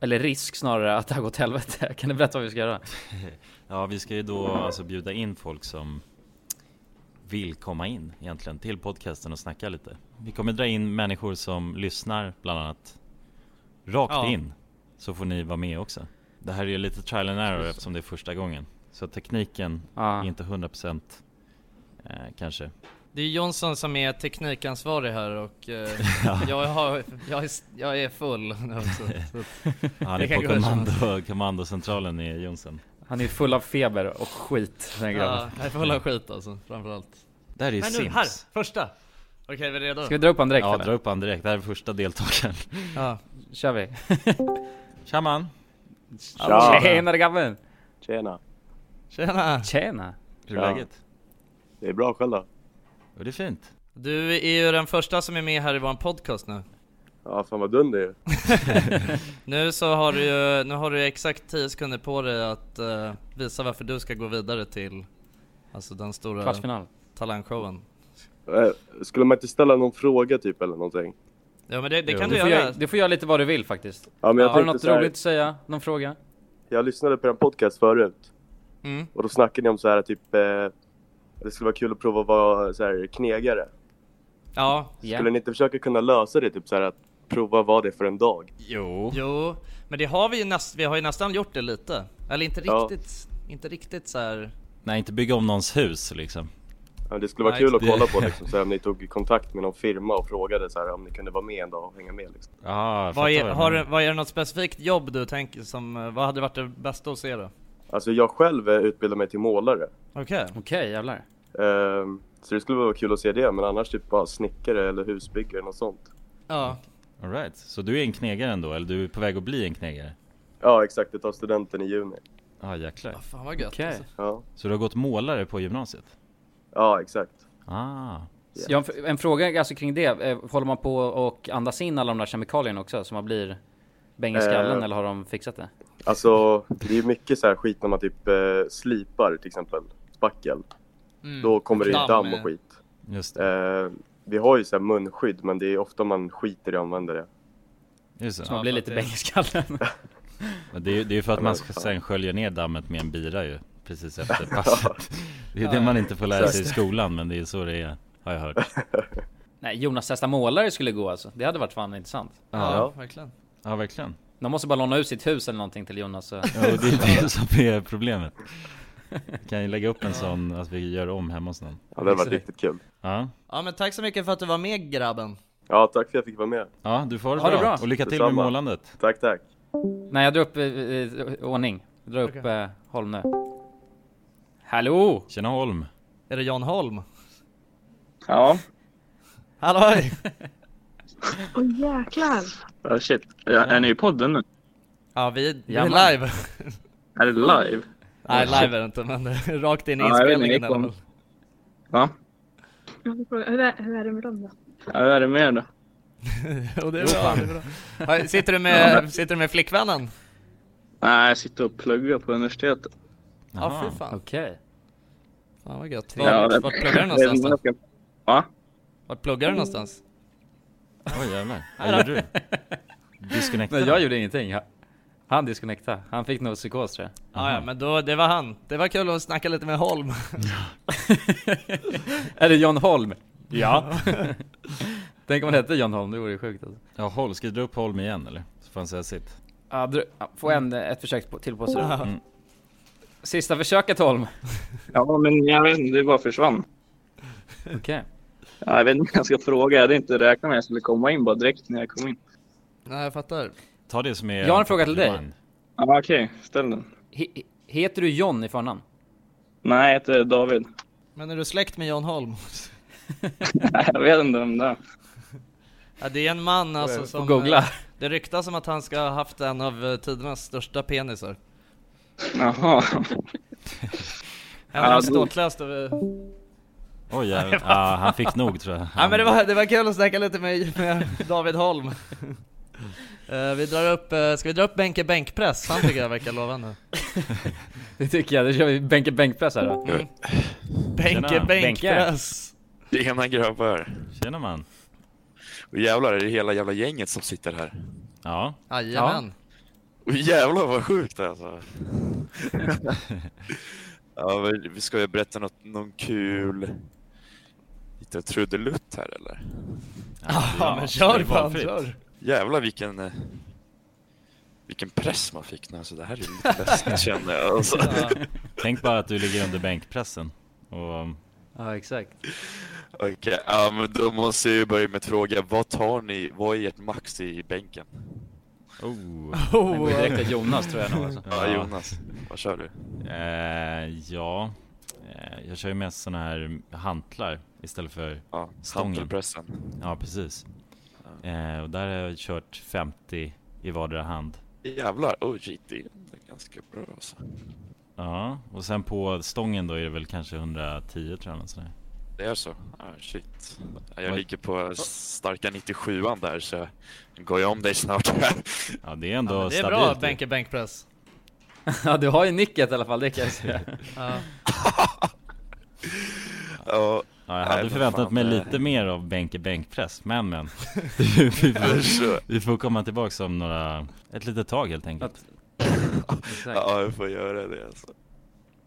S4: eller risk snarare, att det har gått åt helvete. Kan du berätta vad vi ska göra?
S1: Ja, vi ska ju då alltså bjuda in folk som vill komma in egentligen till podcasten och snacka lite. Vi kommer dra in människor som lyssnar bland annat rakt
S2: Ja.
S1: in så får ni vara med också. Det här är ju lite trial and error eftersom det är första gången. Så tekniken
S4: Ja.
S1: är inte 100% eh, kanske.
S2: det är Jonsson som är teknikansvarig här och eh, jag, har, jag, är, jag är full nu också. Så att-
S1: Han
S2: Det
S1: är
S2: kan
S1: på
S2: gå hur som helst.
S1: kommando, kommandocentralen i Jonsson.
S4: Han är full av feber och skit, den här grabben.
S2: Ja, jag är full av skit alltså, framförallt.
S1: Det här är ju
S2: Men nu,
S1: Sims.
S2: här, första! Okej, vi är redo?
S4: Ska vi dra upp honom direkt
S1: Ja,
S4: eller?
S1: dra upp han direkt. Det här är första deltagaren.
S2: Ja.
S4: Kör vi.
S1: Tja man!
S4: Tja. Tjenare grabben!
S12: Tjena.
S2: Tjena!
S4: Tjena!
S1: Hur är
S12: Ja.
S1: läget?
S12: Det är bra själv då?
S1: Jo, det är fint.
S2: Du är ju den första som är med här i vår podcast nu.
S12: Ja, fan vad dunder ju.
S2: Nu så har du ju, nu har du ju exakt 10 sekunder på dig att eh, visa varför du ska gå vidare till Alltså den stora
S4: Kvartsfinal.
S2: talangshowen
S12: Eh, Skulle man inte ställa någon fråga typ eller någonting?
S2: Ja men det, det
S1: Jo.
S2: kan
S4: Du
S2: du
S4: får,
S2: göra
S4: göra, du får göra lite vad du vill faktiskt.
S12: Ja, men jag
S4: har du
S12: tänkte
S4: något
S12: så här-
S4: roligt att säga? Någon fråga?
S12: Jag lyssnade på en podcast förut.
S2: Mm.
S12: Och då snackade ni om så här typ... Eh, det skulle vara kul att prova att vara så här knegare.
S2: Ja,
S4: Ja.
S12: Skulle ni inte försöka kunna lösa det? Typ så här att prova att vara det för en dag.
S1: Jo.
S2: jo Men det har vi ju nästan, vi har ju nästan gjort det lite Eller inte
S12: Ja.
S2: riktigt, inte riktigt så här.
S1: Nej, inte bygga om någons hus liksom.
S12: Ja, det skulle vara
S2: Nej,
S12: kul att
S1: det-
S12: kolla på liksom, så här, om ni tog kontakt med någon firma och frågade så här, om ni kunde vara med en dag och hänga med. Liksom.
S1: Ja, jag
S2: Vad
S1: fattar
S2: är,
S1: vad du
S2: har, du-
S1: menar.
S2: vad är det något specifikt jobb du tänker som, eh, vad hade varit det bästa att se då?
S12: Alltså jag själv eh, utbildar mig till målare.
S2: Okej
S4: Okej, jävlar.
S12: Ehm, så det skulle vara kul att se det. Men annars typ bara snickare eller husbyggare eller något sånt.
S2: Ja,
S1: All right. Så du är en knegare ändå, eller du är på väg att bli en knegare?
S12: Ja exakt, jag tar studenten i juni.
S1: Ja ah, jäklar.
S2: fan vad gött
S4: Okej.
S2: alltså.
S12: Ja,
S1: Så du har gått målare på gymnasiet?
S12: ja exakt.
S1: Ah,
S4: Så Jag, har en- en fråga alltså kring det. Eh, Håller man på och andas in alla de där kemikalierna också så man blir bäng i skallen
S12: Eh.
S4: eller har de fixat det?
S12: Alltså, det är ju mycket så här skit när man typ eh, slipar till exempel spackel.
S4: Mm.
S12: Då kommer det ju
S4: Damm,
S12: damm och
S4: eh.
S12: skit. Eh, vi har ju så här munskydd, men det är ofta man skiter i att använda det.
S1: Just det.
S4: Så man blir lite bäng i skallen.
S1: Men Det är ju det är ju för att man ska sen skölja ner dammet med en bira ju Precis efter passet Det är det man inte får lära sig i skolan men det är så det är Har jag hört
S4: Nej, Jonas testa målare skulle gå alltså. Det hade varit fan intressant.
S2: verkligen
S1: Ja verkligen
S4: De måste bara låna ut sitt hus eller någonting till Jonas. Så.
S1: Ja, och det är det som är problemet Vi Kan ju lägga upp en sån att vi gör om hemma hos någon
S12: Ja, det hade varit riktigt kul.
S1: Ja,
S2: Ja men tack så mycket för att du var med grabben
S12: Ja, tack för att jag fick vara med.
S1: ja du får ha det,
S4: Ha det
S1: bra.
S4: bra.
S1: och lycka till
S12: Detsamma.
S1: med målandet
S12: Tack, tack.
S4: Nej, jag drar upp eh, eh, ordning. Jag drar upp eh, Holmö. Hallå!
S1: Tjena Holm
S2: Är det Jan Holm?
S13: Ja.
S2: Halloj!
S8: Åh jäklar.
S13: Oh, shit. Ja, är ni i podden nu?
S2: Ja vi, vi är
S13: Jamma.
S2: live
S13: Är det live?
S2: Nej live är det inte men rakt in i
S13: Ja, jag vet inte,
S2: inspelningen i
S13: det
S2: alla
S13: kom.
S2: fall
S13: Va?
S8: Jag vill fråga, Hur är, hur är det med dem då?
S13: Ja, hur är det med er då?
S2: Och det är bra, det är bra. Ja, Sitter du med, sitter du med flickvännen?
S13: Nej, jag sitter och pluggar på universitetet.
S2: Ja fy fan
S4: Okej.
S2: Fan vad gött
S13: Ja,
S2: Vart,
S13: det-
S2: vart pluggar du någonstans
S13: jag
S2: då?
S13: ska- Va?
S2: Vart pluggar du någonstans?
S1: Oj jävlar, vad gjorde du? Disconnecta
S4: Nej, jag gjorde ingenting. Ha- Han disconnectade. Han fick nog psykos tror jag.
S2: Ah, Ja, ja men då, det var han Det var kul att snacka lite med Holm
S4: Är det John Holm? Ja. Tänk om han hette John Holm, det vore ju sjukt alltså.
S1: Ja Holm, ska du dra upp Holm igen eller? Så får han säga sitt
S4: Ja, dr- ja, få en, eh, ett försök på, till på sig då.
S1: Mm.
S4: Sista försöket Holm.
S13: Ja, men jag vet inte, det bara försvann.
S4: Okej.
S13: Ja, jag vet inte vad jag ska fråga. Jag hade inte räknat med att jag skulle komma in bara direkt när jag kom in.
S2: Nej jag fattar
S1: Ta det som är
S4: Jag har en fråga till dig.
S1: komplimang.
S13: Ja, okej. Ställ den.
S4: He- he- heter du John i förnamn?
S13: Nej, jag heter David.
S2: Men är du släkt med Jan Holm?
S13: Nej, jag vet inte om det är.
S2: Ja, det är en man alltså som...
S4: googla.
S2: eh, Det ryktas om att han ska ha haft en av eh, tidernas största penisar.
S13: Jaha.
S2: Han var
S13: Ja, det-
S2: ståtlöst över...
S1: Oj jävlar, ja, han fick nog tror jag
S2: Ja men det var, det var kul att snacka lite med, med David Holm. Eh, vi drar upp, eh, ska vi dra upp Benke bänkpress? Han tycker jag verkar lovande.
S4: Det tycker jag, då kör vi bänke bänkpress här då.
S2: Benke
S1: Tjena,
S2: bänkpress!
S14: Tjena grabbar!
S1: Tjena man
S14: Och jävlar är det hela jävla gänget som sitter här.
S1: Ja,
S2: Jajamän.
S14: Och jävlar vad sjukt alltså. ja, men vi ska ju berätta något, någon kul liten trudelutt här eller?
S2: Ja,
S1: ja,
S2: men
S1: det
S2: kör
S1: är
S2: fan,
S1: valfritt.
S2: kör!
S14: Jävlar vilken eh, vilken press man fick nu alltså. Det här är ju lite läskigt känner jag alltså.
S1: Tänk bara att du ligger under bänkpressen och
S4: Ja exakt.
S14: Okej, ja, men då måste jag ju börja med att fråga vad tar ni, vad är ert max i bänken?
S1: Oh.
S4: Den går ju direkt till Jonas tror jag nog alltså.
S14: Ja,
S1: Ja.
S14: Jonas, vad kör du?
S1: Eh, ja, eh, jag kör ju mest såna här hantlar istället för
S14: Ja,
S1: Stången.
S14: hantelpressen.
S1: Ja, precis. Eh, och där har jag kört 50 i vardera hand.
S14: Jävlar, oh shit, det är ganska bra alltså.
S1: Ja, och sen på stången då är det väl kanske 110 tror jag. eller sådär.
S14: Det är så? Ah, shit. Ja, Jag
S1: Oj.
S14: ligger på starka 97an där så jag går jag om dig snart.
S1: Ja, det är ändå
S2: Ja, men det är
S1: stabilt.
S2: bra
S1: ju.
S2: Benke bänkpress.
S4: Ja du har ju nicket i alla fall, det kan jag säga.
S2: Ja.
S14: Ja,
S1: Ja, jag
S14: Nej,
S1: hade
S14: men
S1: förväntat
S14: fan,
S1: mig
S14: det-
S1: lite mer av bänk i bänkpress, men men. vi, får,
S14: så.
S1: vi får komma tillbaks om några, ett litet tag helt enkelt.
S4: Exakt.
S14: ja, jag får göra det alltså.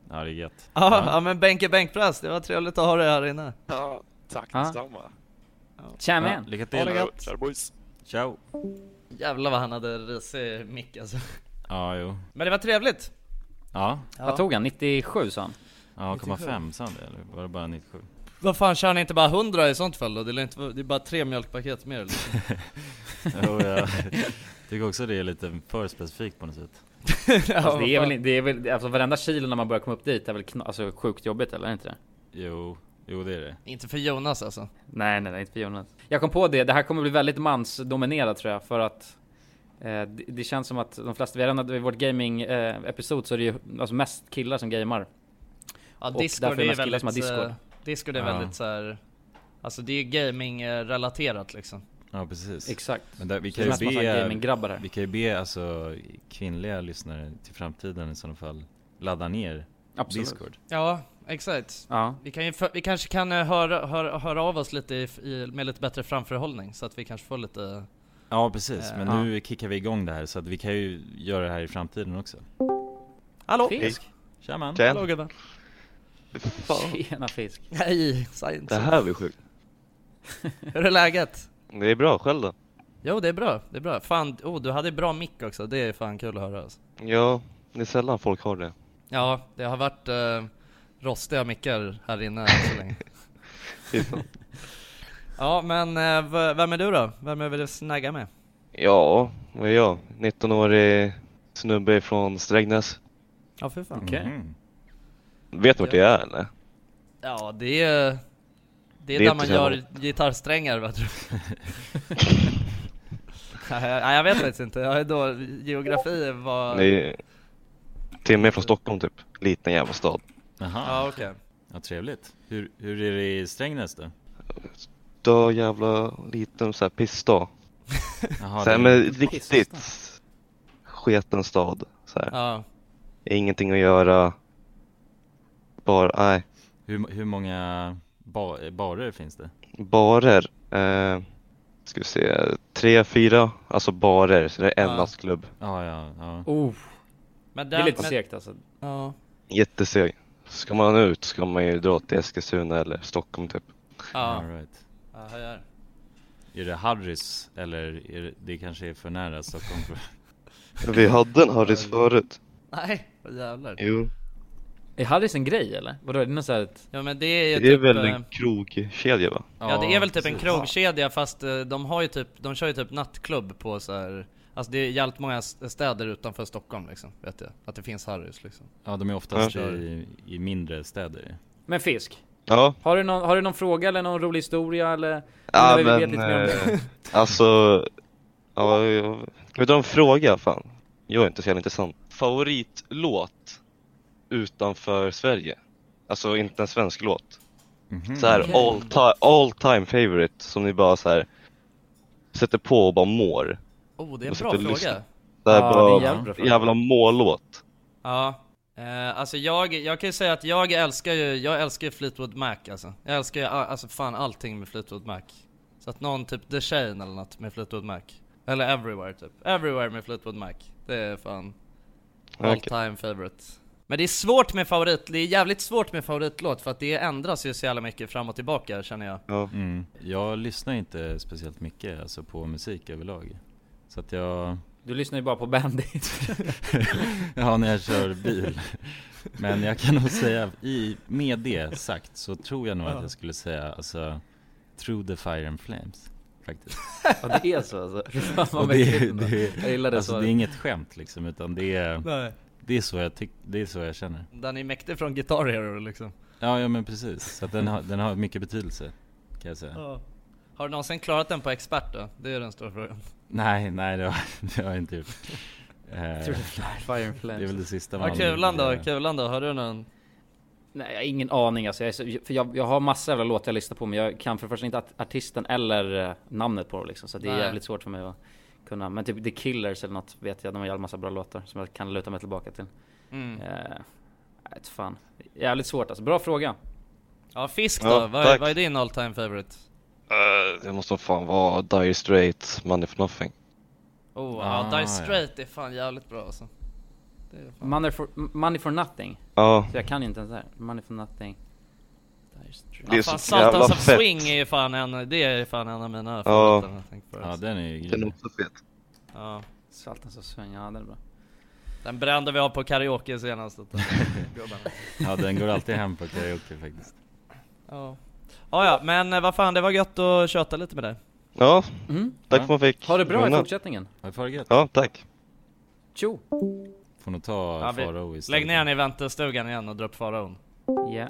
S1: Ja, det är gött.
S2: Ja, ja men Benke bänkpress, det var trevligt att ha dig här inne.
S14: Ja, tack
S4: Ja.
S14: detsamma.
S4: Tja
S1: Ja,
S4: men.
S1: lycka till.
S14: Tja boys.
S1: Ciao.
S2: Jävlar vad han hade risig mick alltså.
S1: Ja, jo.
S2: Men det var trevligt.
S1: Ja,
S4: Vad tog han? 97 sa han.
S1: ja 0,5 sa han det eller var det bara 97?
S2: Vad fan kör ni inte bara 100 i sånt fall då? Det är, inte, det är bara tre mjölkpaket mer liksom.
S1: Jo, jag tycker också det är lite för specifikt på något sätt.
S4: Alltså, det är väl, det är väl, alltså varenda kilo när man börjar komma upp dit är väl kna- alltså, sjukt jobbigt eller är det inte det?
S1: Jo, jo det är det.
S2: Inte för Jonas alltså.
S4: Nej nej nej, inte för Jonas. Jag kom på det, det här kommer bli väldigt mansdominerat tror jag för att eh, det, det känns som att de flesta, vi har redan i vårt gaming eh, episod så är det ju alltså, mest killar som gamar.
S2: Ja,
S4: Och
S2: Discord
S4: därför
S2: är
S4: är
S2: ju
S4: mest killar
S2: väldigt...
S4: som har Discord.
S2: eh, Discord är
S1: Ja.
S2: väldigt så här. Alltså det är ju gaming-relaterat liksom.
S1: Ja precis.
S4: Exakt.
S1: Men där, vi,
S4: Så
S1: kan
S4: det
S1: ju
S4: känns som att man gaminggrabbar
S1: be,
S4: här.
S1: vi kan ju be alltså kvinnliga lyssnare till framtiden i sådana fall ladda ner
S4: Absolut.
S1: Discord.
S2: Ja, exakt.
S4: Ja.
S2: Vi, kan ju, för- vi kanske kan eh, höra, höra, höra av oss lite i, i, med lite bättre framförhållning så att vi kanske får lite...
S1: Ja precis,
S2: Eh,
S1: men
S2: ja.
S1: nu kickar vi igång det här så att vi kan ju göra det här i framtiden också.
S2: Hallå!
S11: Hej.
S2: Fisk!
S1: Tja man!
S11: Tjena. Hallå, gubben.
S4: Tjena fisk.
S2: Nej, science.
S1: Liksom.
S15: Det här var ju sjukt.
S2: Hur är läget?
S15: Det är bra, själv då?
S2: Jo det är bra, det är bra. Fan, oh du hade bra mick också, det är fan kul att höra alltså.
S15: Ja, det är sällan folk har det.
S2: Ja, det har varit eh, rostiga mickar här inne än så länge. ja men eh, v- vem är du då? Vem är du snagga med?
S15: Ja, vad är jag? 19-årig snubbe från Strängnäs.
S2: Ja för fan.
S15: Mhm. Vet ni vart det är eller?
S2: Ja det är, det är
S15: Det är
S2: där man
S15: inte så
S2: gör
S15: jävla-
S2: gitarrsträngar vet du. Nej jag- jag vet faktiskt inte, jag är då, geografi var...
S15: Det är timme från Stockholm typ. Liten jävla stad.
S1: Aha.
S2: Ja okej.
S1: Ja trevligt. Hur, hur är det i Strängnäs då?
S15: Då jävla liten så här pissdag.
S1: Jaha,
S15: så här,
S1: det-
S15: men
S1: Pissdag.
S15: riktigt sketen stad. Så här.
S2: Ja.
S15: Ingenting att göra. Bara, nej.
S1: Hur, hur många ba, barer finns det?
S15: Barer. Eh, ska vi se. Tre, fyra. Alltså barer. Så det är en
S2: Ja.
S15: nattklubb.
S1: Ja, ja, ja.
S4: Oh.
S2: Men
S4: det
S2: den-
S4: är lite
S2: men-
S4: segt alltså.
S2: Ja.
S15: Jätteseg. Ska man ut ska man ju dra till Eskilstuna eller Stockholm typ.
S2: Ja.
S1: All right.
S2: Ja, jag gör.
S1: Är det Harris eller är det, det kanske är för nära Stockholm? för-
S15: Vi hade en Harris förut.
S2: Nej, vad jävlar.
S15: Jo.
S4: Är Harris en grej eller? Vadå är det något sånt här ett...
S2: Ja men det är ju
S15: Det är
S2: typ...
S15: väl
S2: eh,
S15: en krogkedja va?
S2: Ja det är väl typ en
S4: precis.
S2: krogkedja fast eh, de har ju typ, de kör ju typ nattklubb på så här. Alltså det är jävligt många s- städer utanför Stockholm liksom, vet jag. Att det finns Harrys liksom.
S1: Ja, de är oftast
S2: Ja.
S1: i, i mindre städer.
S4: Men fisk.
S15: Ja.
S4: Har du, någon, har du någon fråga eller någon rolig historia eller?
S15: Ja
S4: Eller vi vet
S15: men
S4: lite mer om det.
S15: eh, alltså. Ja, jag- ska vi dra en fråga fan? Jag är inte så jävla intressant. Favoritlåt utanför Sverige? Alltså inte en svensk låt. Så här
S1: Okej.
S15: all, ti- all time favorite som ni bara så här sätter på och bara mår.
S2: Oh, det är
S15: Och
S2: en
S15: sitter
S2: bra
S15: och
S2: fråga.
S15: lyssnar. Så här
S2: Ja, det är
S15: bara,
S2: en jävla bra fråga.
S15: jävla mållåt.
S2: Ja. Eh, alltså jag, jag kan ju säga att jag älskar ju, jag älskar ju Fleetwood Mac alltså. Jag älskar ju, a- alltså fan allting med Fleetwood Mac. Så att någon typ The Chain eller något med Fleetwood Mac. Eller Everywhere typ. Everywhere med Fleetwood Mac. Det är fan
S15: Ja,
S2: all
S15: okej.
S2: time favorite. Men det är svårt med favorit, det är jävligt svårt med favoritlåt för att det ändras ju så jävla mycket fram och tillbaka känner jag.
S1: Mm. Jag lyssnar inte speciellt mycket alltså, på musik överlag. Så att jag...
S4: Du lyssnar ju bara på Bandit.
S1: Ja, när jag kör bil. Men jag kan nog säga, i, med det sagt, så tror jag nog
S4: Ja.
S1: att jag skulle säga alltså Through the fire and flames. Faktiskt.
S4: Ja det är så alltså. Fy fan, vad
S1: Och det,
S4: mäktigt ändå.
S1: det,
S4: Jag gillar det
S1: alltså,
S4: svaret.
S1: det är inget skämt liksom, utan det är,
S2: Nej.
S1: det är, så, jag tyck, det är så jag känner.
S2: Den är mäktig från Guitar Hero liksom.
S1: Ja, ja men precis. Så att den, har, den har mycket betydelse, kan jag säga.
S2: Har du någonsin klarat den på expert då? Det är den stora frågan.
S1: Nej, nej det har, det har jag inte gjort. Eh,
S4: Through the fire- fire and flames.
S1: Det är väl det sista man
S2: Ja, kulan då, kulan då, har du någon?
S4: Nej, jag har ingen aning alltså. Jag, är så, för jag, jag har massa jävla låtar jag lyssnar på men jag kan för det första inte art- artisten eller eh, namnet på dem liksom. Så det är
S2: Nej.
S4: jävligt svårt för mig att kunna. Men typ The Killers eller något vet jag. De har jävla massa bra låtar som jag kan luta mig tillbaka till.
S2: Mm.
S4: Eh, jag vet fan. Jävligt svårt alltså. Bra fråga.
S2: Ja, Fisk då,
S15: Ja,
S2: vad, är,
S15: tack.
S2: vad är din all time favorite?
S15: Eh, Det måste fan vara Dire Straits, Money for Nothing.
S2: Oh,
S4: Ah,
S2: ja,
S4: ja.
S2: Die Straight är fan jävligt bra alltså. Det är fan...
S4: Money for, money for nothing.
S15: Ja.
S4: Så jag kan ju inte ens det här. Money for nothing. Dire Straits.
S15: Det är
S2: Ja, fan,
S15: så
S2: Sultans
S15: jävla
S2: of
S15: fett.
S2: Swing är ju fan en, det är fan en av mina favoriter, jag tänker på det.
S1: Ja, den är ju grym.
S15: Den är också fet.
S2: Ja.
S4: Sultans of Swing, ja den är bra.
S2: Den brände vi av på karaoke senast. att- gubbarna.
S1: Ja, den går alltid hem på karaoke faktiskt.
S2: Ja. Ja, ja, men eh, vad fan, det var gött att köta lite med dig.
S15: Ja, tack
S1: Ja.
S15: för att man fick.
S4: Mm. Ha det bra i
S15: låna.
S4: fortsättningen.
S1: Ha det för gött.
S15: Ja, tack.
S4: Tjo!
S1: Får nog ta
S2: Ja,
S1: Farao
S2: vi,
S1: istället.
S2: lägg ner den i väntestugan igen och dra upp faraon.
S4: Ja.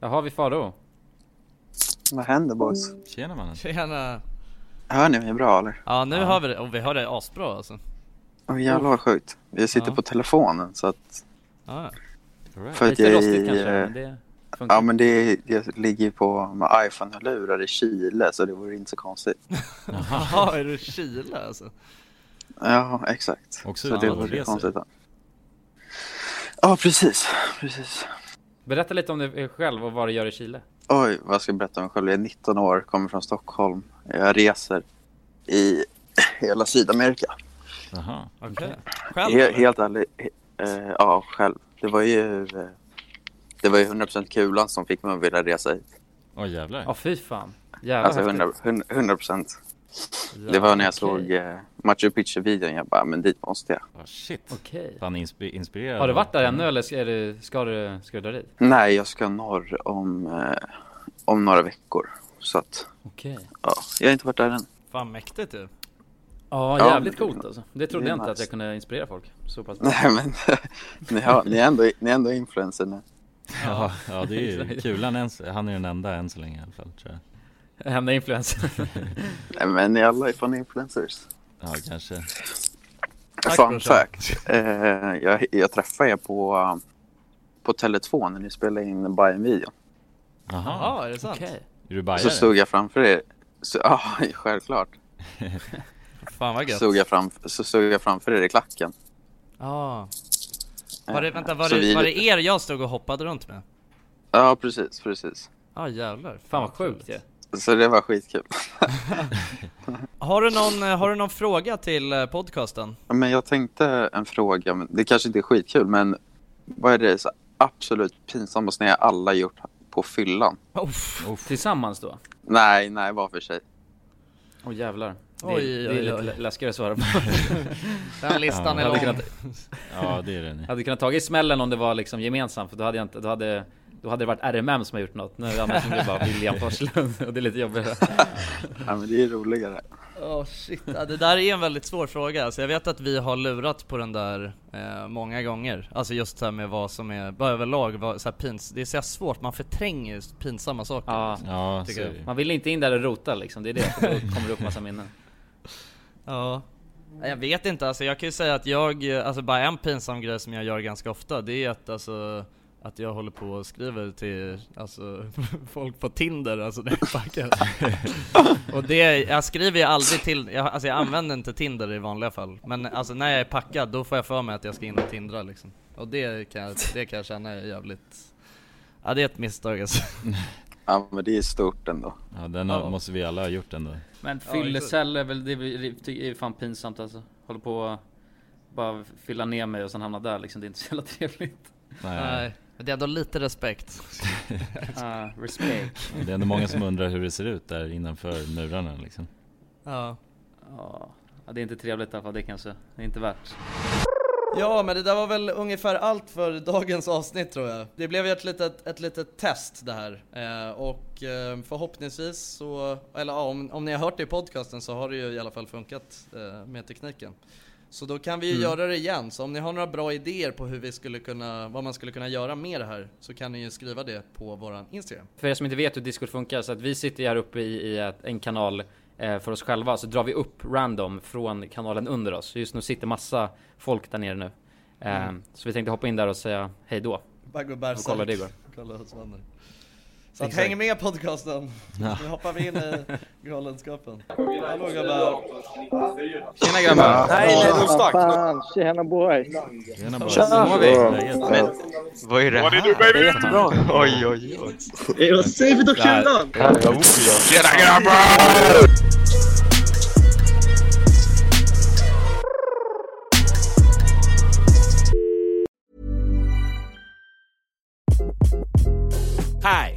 S4: Där har vi Farao.
S16: Vad händer boys?
S1: Tjena mannen.
S2: Tjena!
S16: Hör ni mig bra eller?
S2: Ja nu hör vi det, och vi hör det asbra alltså.
S16: Åh jävlar vad sjukt. Jag sitter
S2: Ja.
S16: på telefonen så att...
S2: Ja.
S16: För att jag är i, eh, Ja, men det, det ligger ju på med iPhone-lurar i Chile, så det vore inte så konstigt.
S2: Jaha, är du i Chile alltså?
S16: Ja, exakt.
S2: Också
S16: så det vore ju
S2: utlandsresor.
S16: konstigt. ja. Ja, precis. Precis.
S4: Berätta lite om dig själv och vad du gör i Chile.
S16: Oj, vad ska jag berätta om mig själv? Jag är 19 år, kommer från Stockholm. Jag reser i hela Sydamerika.
S1: Jaha,
S2: okej.
S16: He- helt ärligt, he- eh, ja, själv. Det var ju, eh, det var ju 100% kulan som fick mig att vilja resa hit.
S1: Åh jävlar.
S4: Ja fy fan. Jävlar
S16: Alltså
S4: häftigt.
S16: 100, 100 procent. Det var när jag såg eh, Machu Picchu-videon. Jag bara, men dit måste jag.
S1: Ah, Shit.
S4: Okej.
S1: Fan inspi- inspirerad.
S4: Har du varit där ännu eller ska, är du, ska, du, ska du där dit?
S16: Nej, jag ska norr om, eh, om några veckor. Så att,
S4: Okej.
S16: ja, jag har inte varit där än.
S2: Fan mäktigt ju.
S4: Ja,
S16: Ja,
S4: jävligt
S16: men-
S4: coolt alltså. Det trodde
S16: det är
S4: jag inte att
S16: nice.
S4: jag kunde inspirera folk så pass bra.
S16: Nej, men ni, har, ni, är ändå, ni är ändå influencer nu.
S1: Ja, ja det är ju kulan än, så- han är den enda än så länge i alla fall tror jag.
S4: Hämna influencer.
S16: Nej, men ni alla är fan influencers.
S1: Ja kanske.
S16: Fun fact. Eh, jag, jag träffade er på, eh, på Tele2 när ni spelade in Bajen-videon.
S2: Jaha, är det sant?
S1: Är du bajare?
S16: Så stod jag framför er. Så, ja, självklart.
S2: Fan vad gött.
S16: Stod jag fram, så stod jag framför er i klacken.
S2: Ja. Var det, vänta, var
S16: Så
S2: det,
S16: vi-
S2: var det er jag stod och hoppade runt med?
S16: Ja, precis, precis.
S2: Ja ah, jävlar.
S4: Fan vad sjukt ju.
S16: Så det var skitkul.
S2: Har du någon, eh, har du någon fråga till eh, podcasten?
S16: men jag tänkte en fråga, men det kanske inte är skitkul, men vad är det så absolut pinsammaste ni alla gjort på fyllan?
S4: Tillsammans då?
S16: Nej, nej, var för sig.
S4: Åh jävlar. Det är,
S2: Oj,
S4: det
S2: oj,
S4: är
S2: oj.
S4: lite läskigare att svara på.
S2: Den listan är
S4: Hade
S2: lång.
S4: kunnat-
S1: Ja, det är den.
S4: Hade kunnat tagit smällen om det var liksom gemensamt för då hade jag inte, då hade då hade det varit RMM som har gjort något. Nu är det annars som det bara William Forslund och det är lite jobbigare.
S16: Ja, men det är roligare.
S2: Åh shit, ja, det där är en väldigt svår fråga. Alltså, jag vet att vi har lurat på den där eh, många gånger. Alltså just det här med vad som är, bara överlag, vad, så här pins, det är så här svårt, man förtränger just pinsamma saker.
S4: Ja,
S1: ja
S2: tycker jag.
S4: Man vill inte in där och rota liksom, det är det. För då kommer det upp massa minnen.
S2: Ja. Nej, Jag vet inte, alltså jag kan ju säga att jag, eh, alltså bara en pinsam grej som jag gör ganska ofta, det är att alltså att jag håller på och skriver till alltså, folk på Tinder, alltså när jag packar. och det, jag skriver ju aldrig till, jag, alltså jag använder inte Tinder i vanliga fall. Men alltså när jag är packad, då får jag för mig att jag ska in och tindra liksom. Och det kan jag, det kan jag känna är jävligt, ja det är ett misstag alltså.
S16: Ja, men det är stort ändå.
S1: Ja den har, måste vi alla ha gjort ändå.
S4: Men
S2: Ja,
S4: fyllecell är väl, det är väl- det är ju fan pinsamt alltså. Håller på och bara fylla ner mig och sen hamna där liksom, det är inte så jävla trevligt.
S2: Nej. Men det är ändå lite respekt.
S4: Ah, respect.
S1: Det är ändå många som undrar hur det ser ut där innanför murarna liksom.
S2: Ja.
S4: Ja, det är inte trevligt i alla fall, det kanske. Det är inte värt.
S2: Ja, men det där var väl ungefär allt för dagens avsnitt tror jag. Det blev ju ett litet, ett litet test det här. Eh, och eh, förhoppningsvis så, eller ja, om, om ni har hört det i podcasten så har det ju i alla fall funkat eh, med tekniken. Så då kan vi ju
S4: Mm.
S2: göra det igen. Så om ni har några bra idéer på hur vi skulle kunna, vad man skulle kunna göra med det här så kan ni ju skriva det på våran Instagram.
S4: För er som inte vet hur Discord funkar, så att vi sitter här uppe i, i ett, en kanal eh, för oss själva, så drar vi upp random från kanalen under oss. Så Just nu sitter massa folk där nere nu. Eh,
S2: Mm.
S4: Så vi tänkte hoppa in där och säga hej då.
S2: Bara gå
S4: Och kolla hur det går.
S2: Kolla hur det smäller. Så att
S4: Exakt.
S2: häng med podcasten!
S4: Ja.
S2: Nu hoppar vi in i galenskapen. Hallå grabbar!
S4: Tjena grabbar!
S17: Fan, tjena boys!
S1: Tjena
S17: boys!
S14: Hur mår vi? Men,
S15: vad är det här?
S14: What did you baby?
S15: Det är jättebra. Oj, oj, oj.
S17: Är det David och Kulan?
S14: Tjena grabbar!
S18: Hi,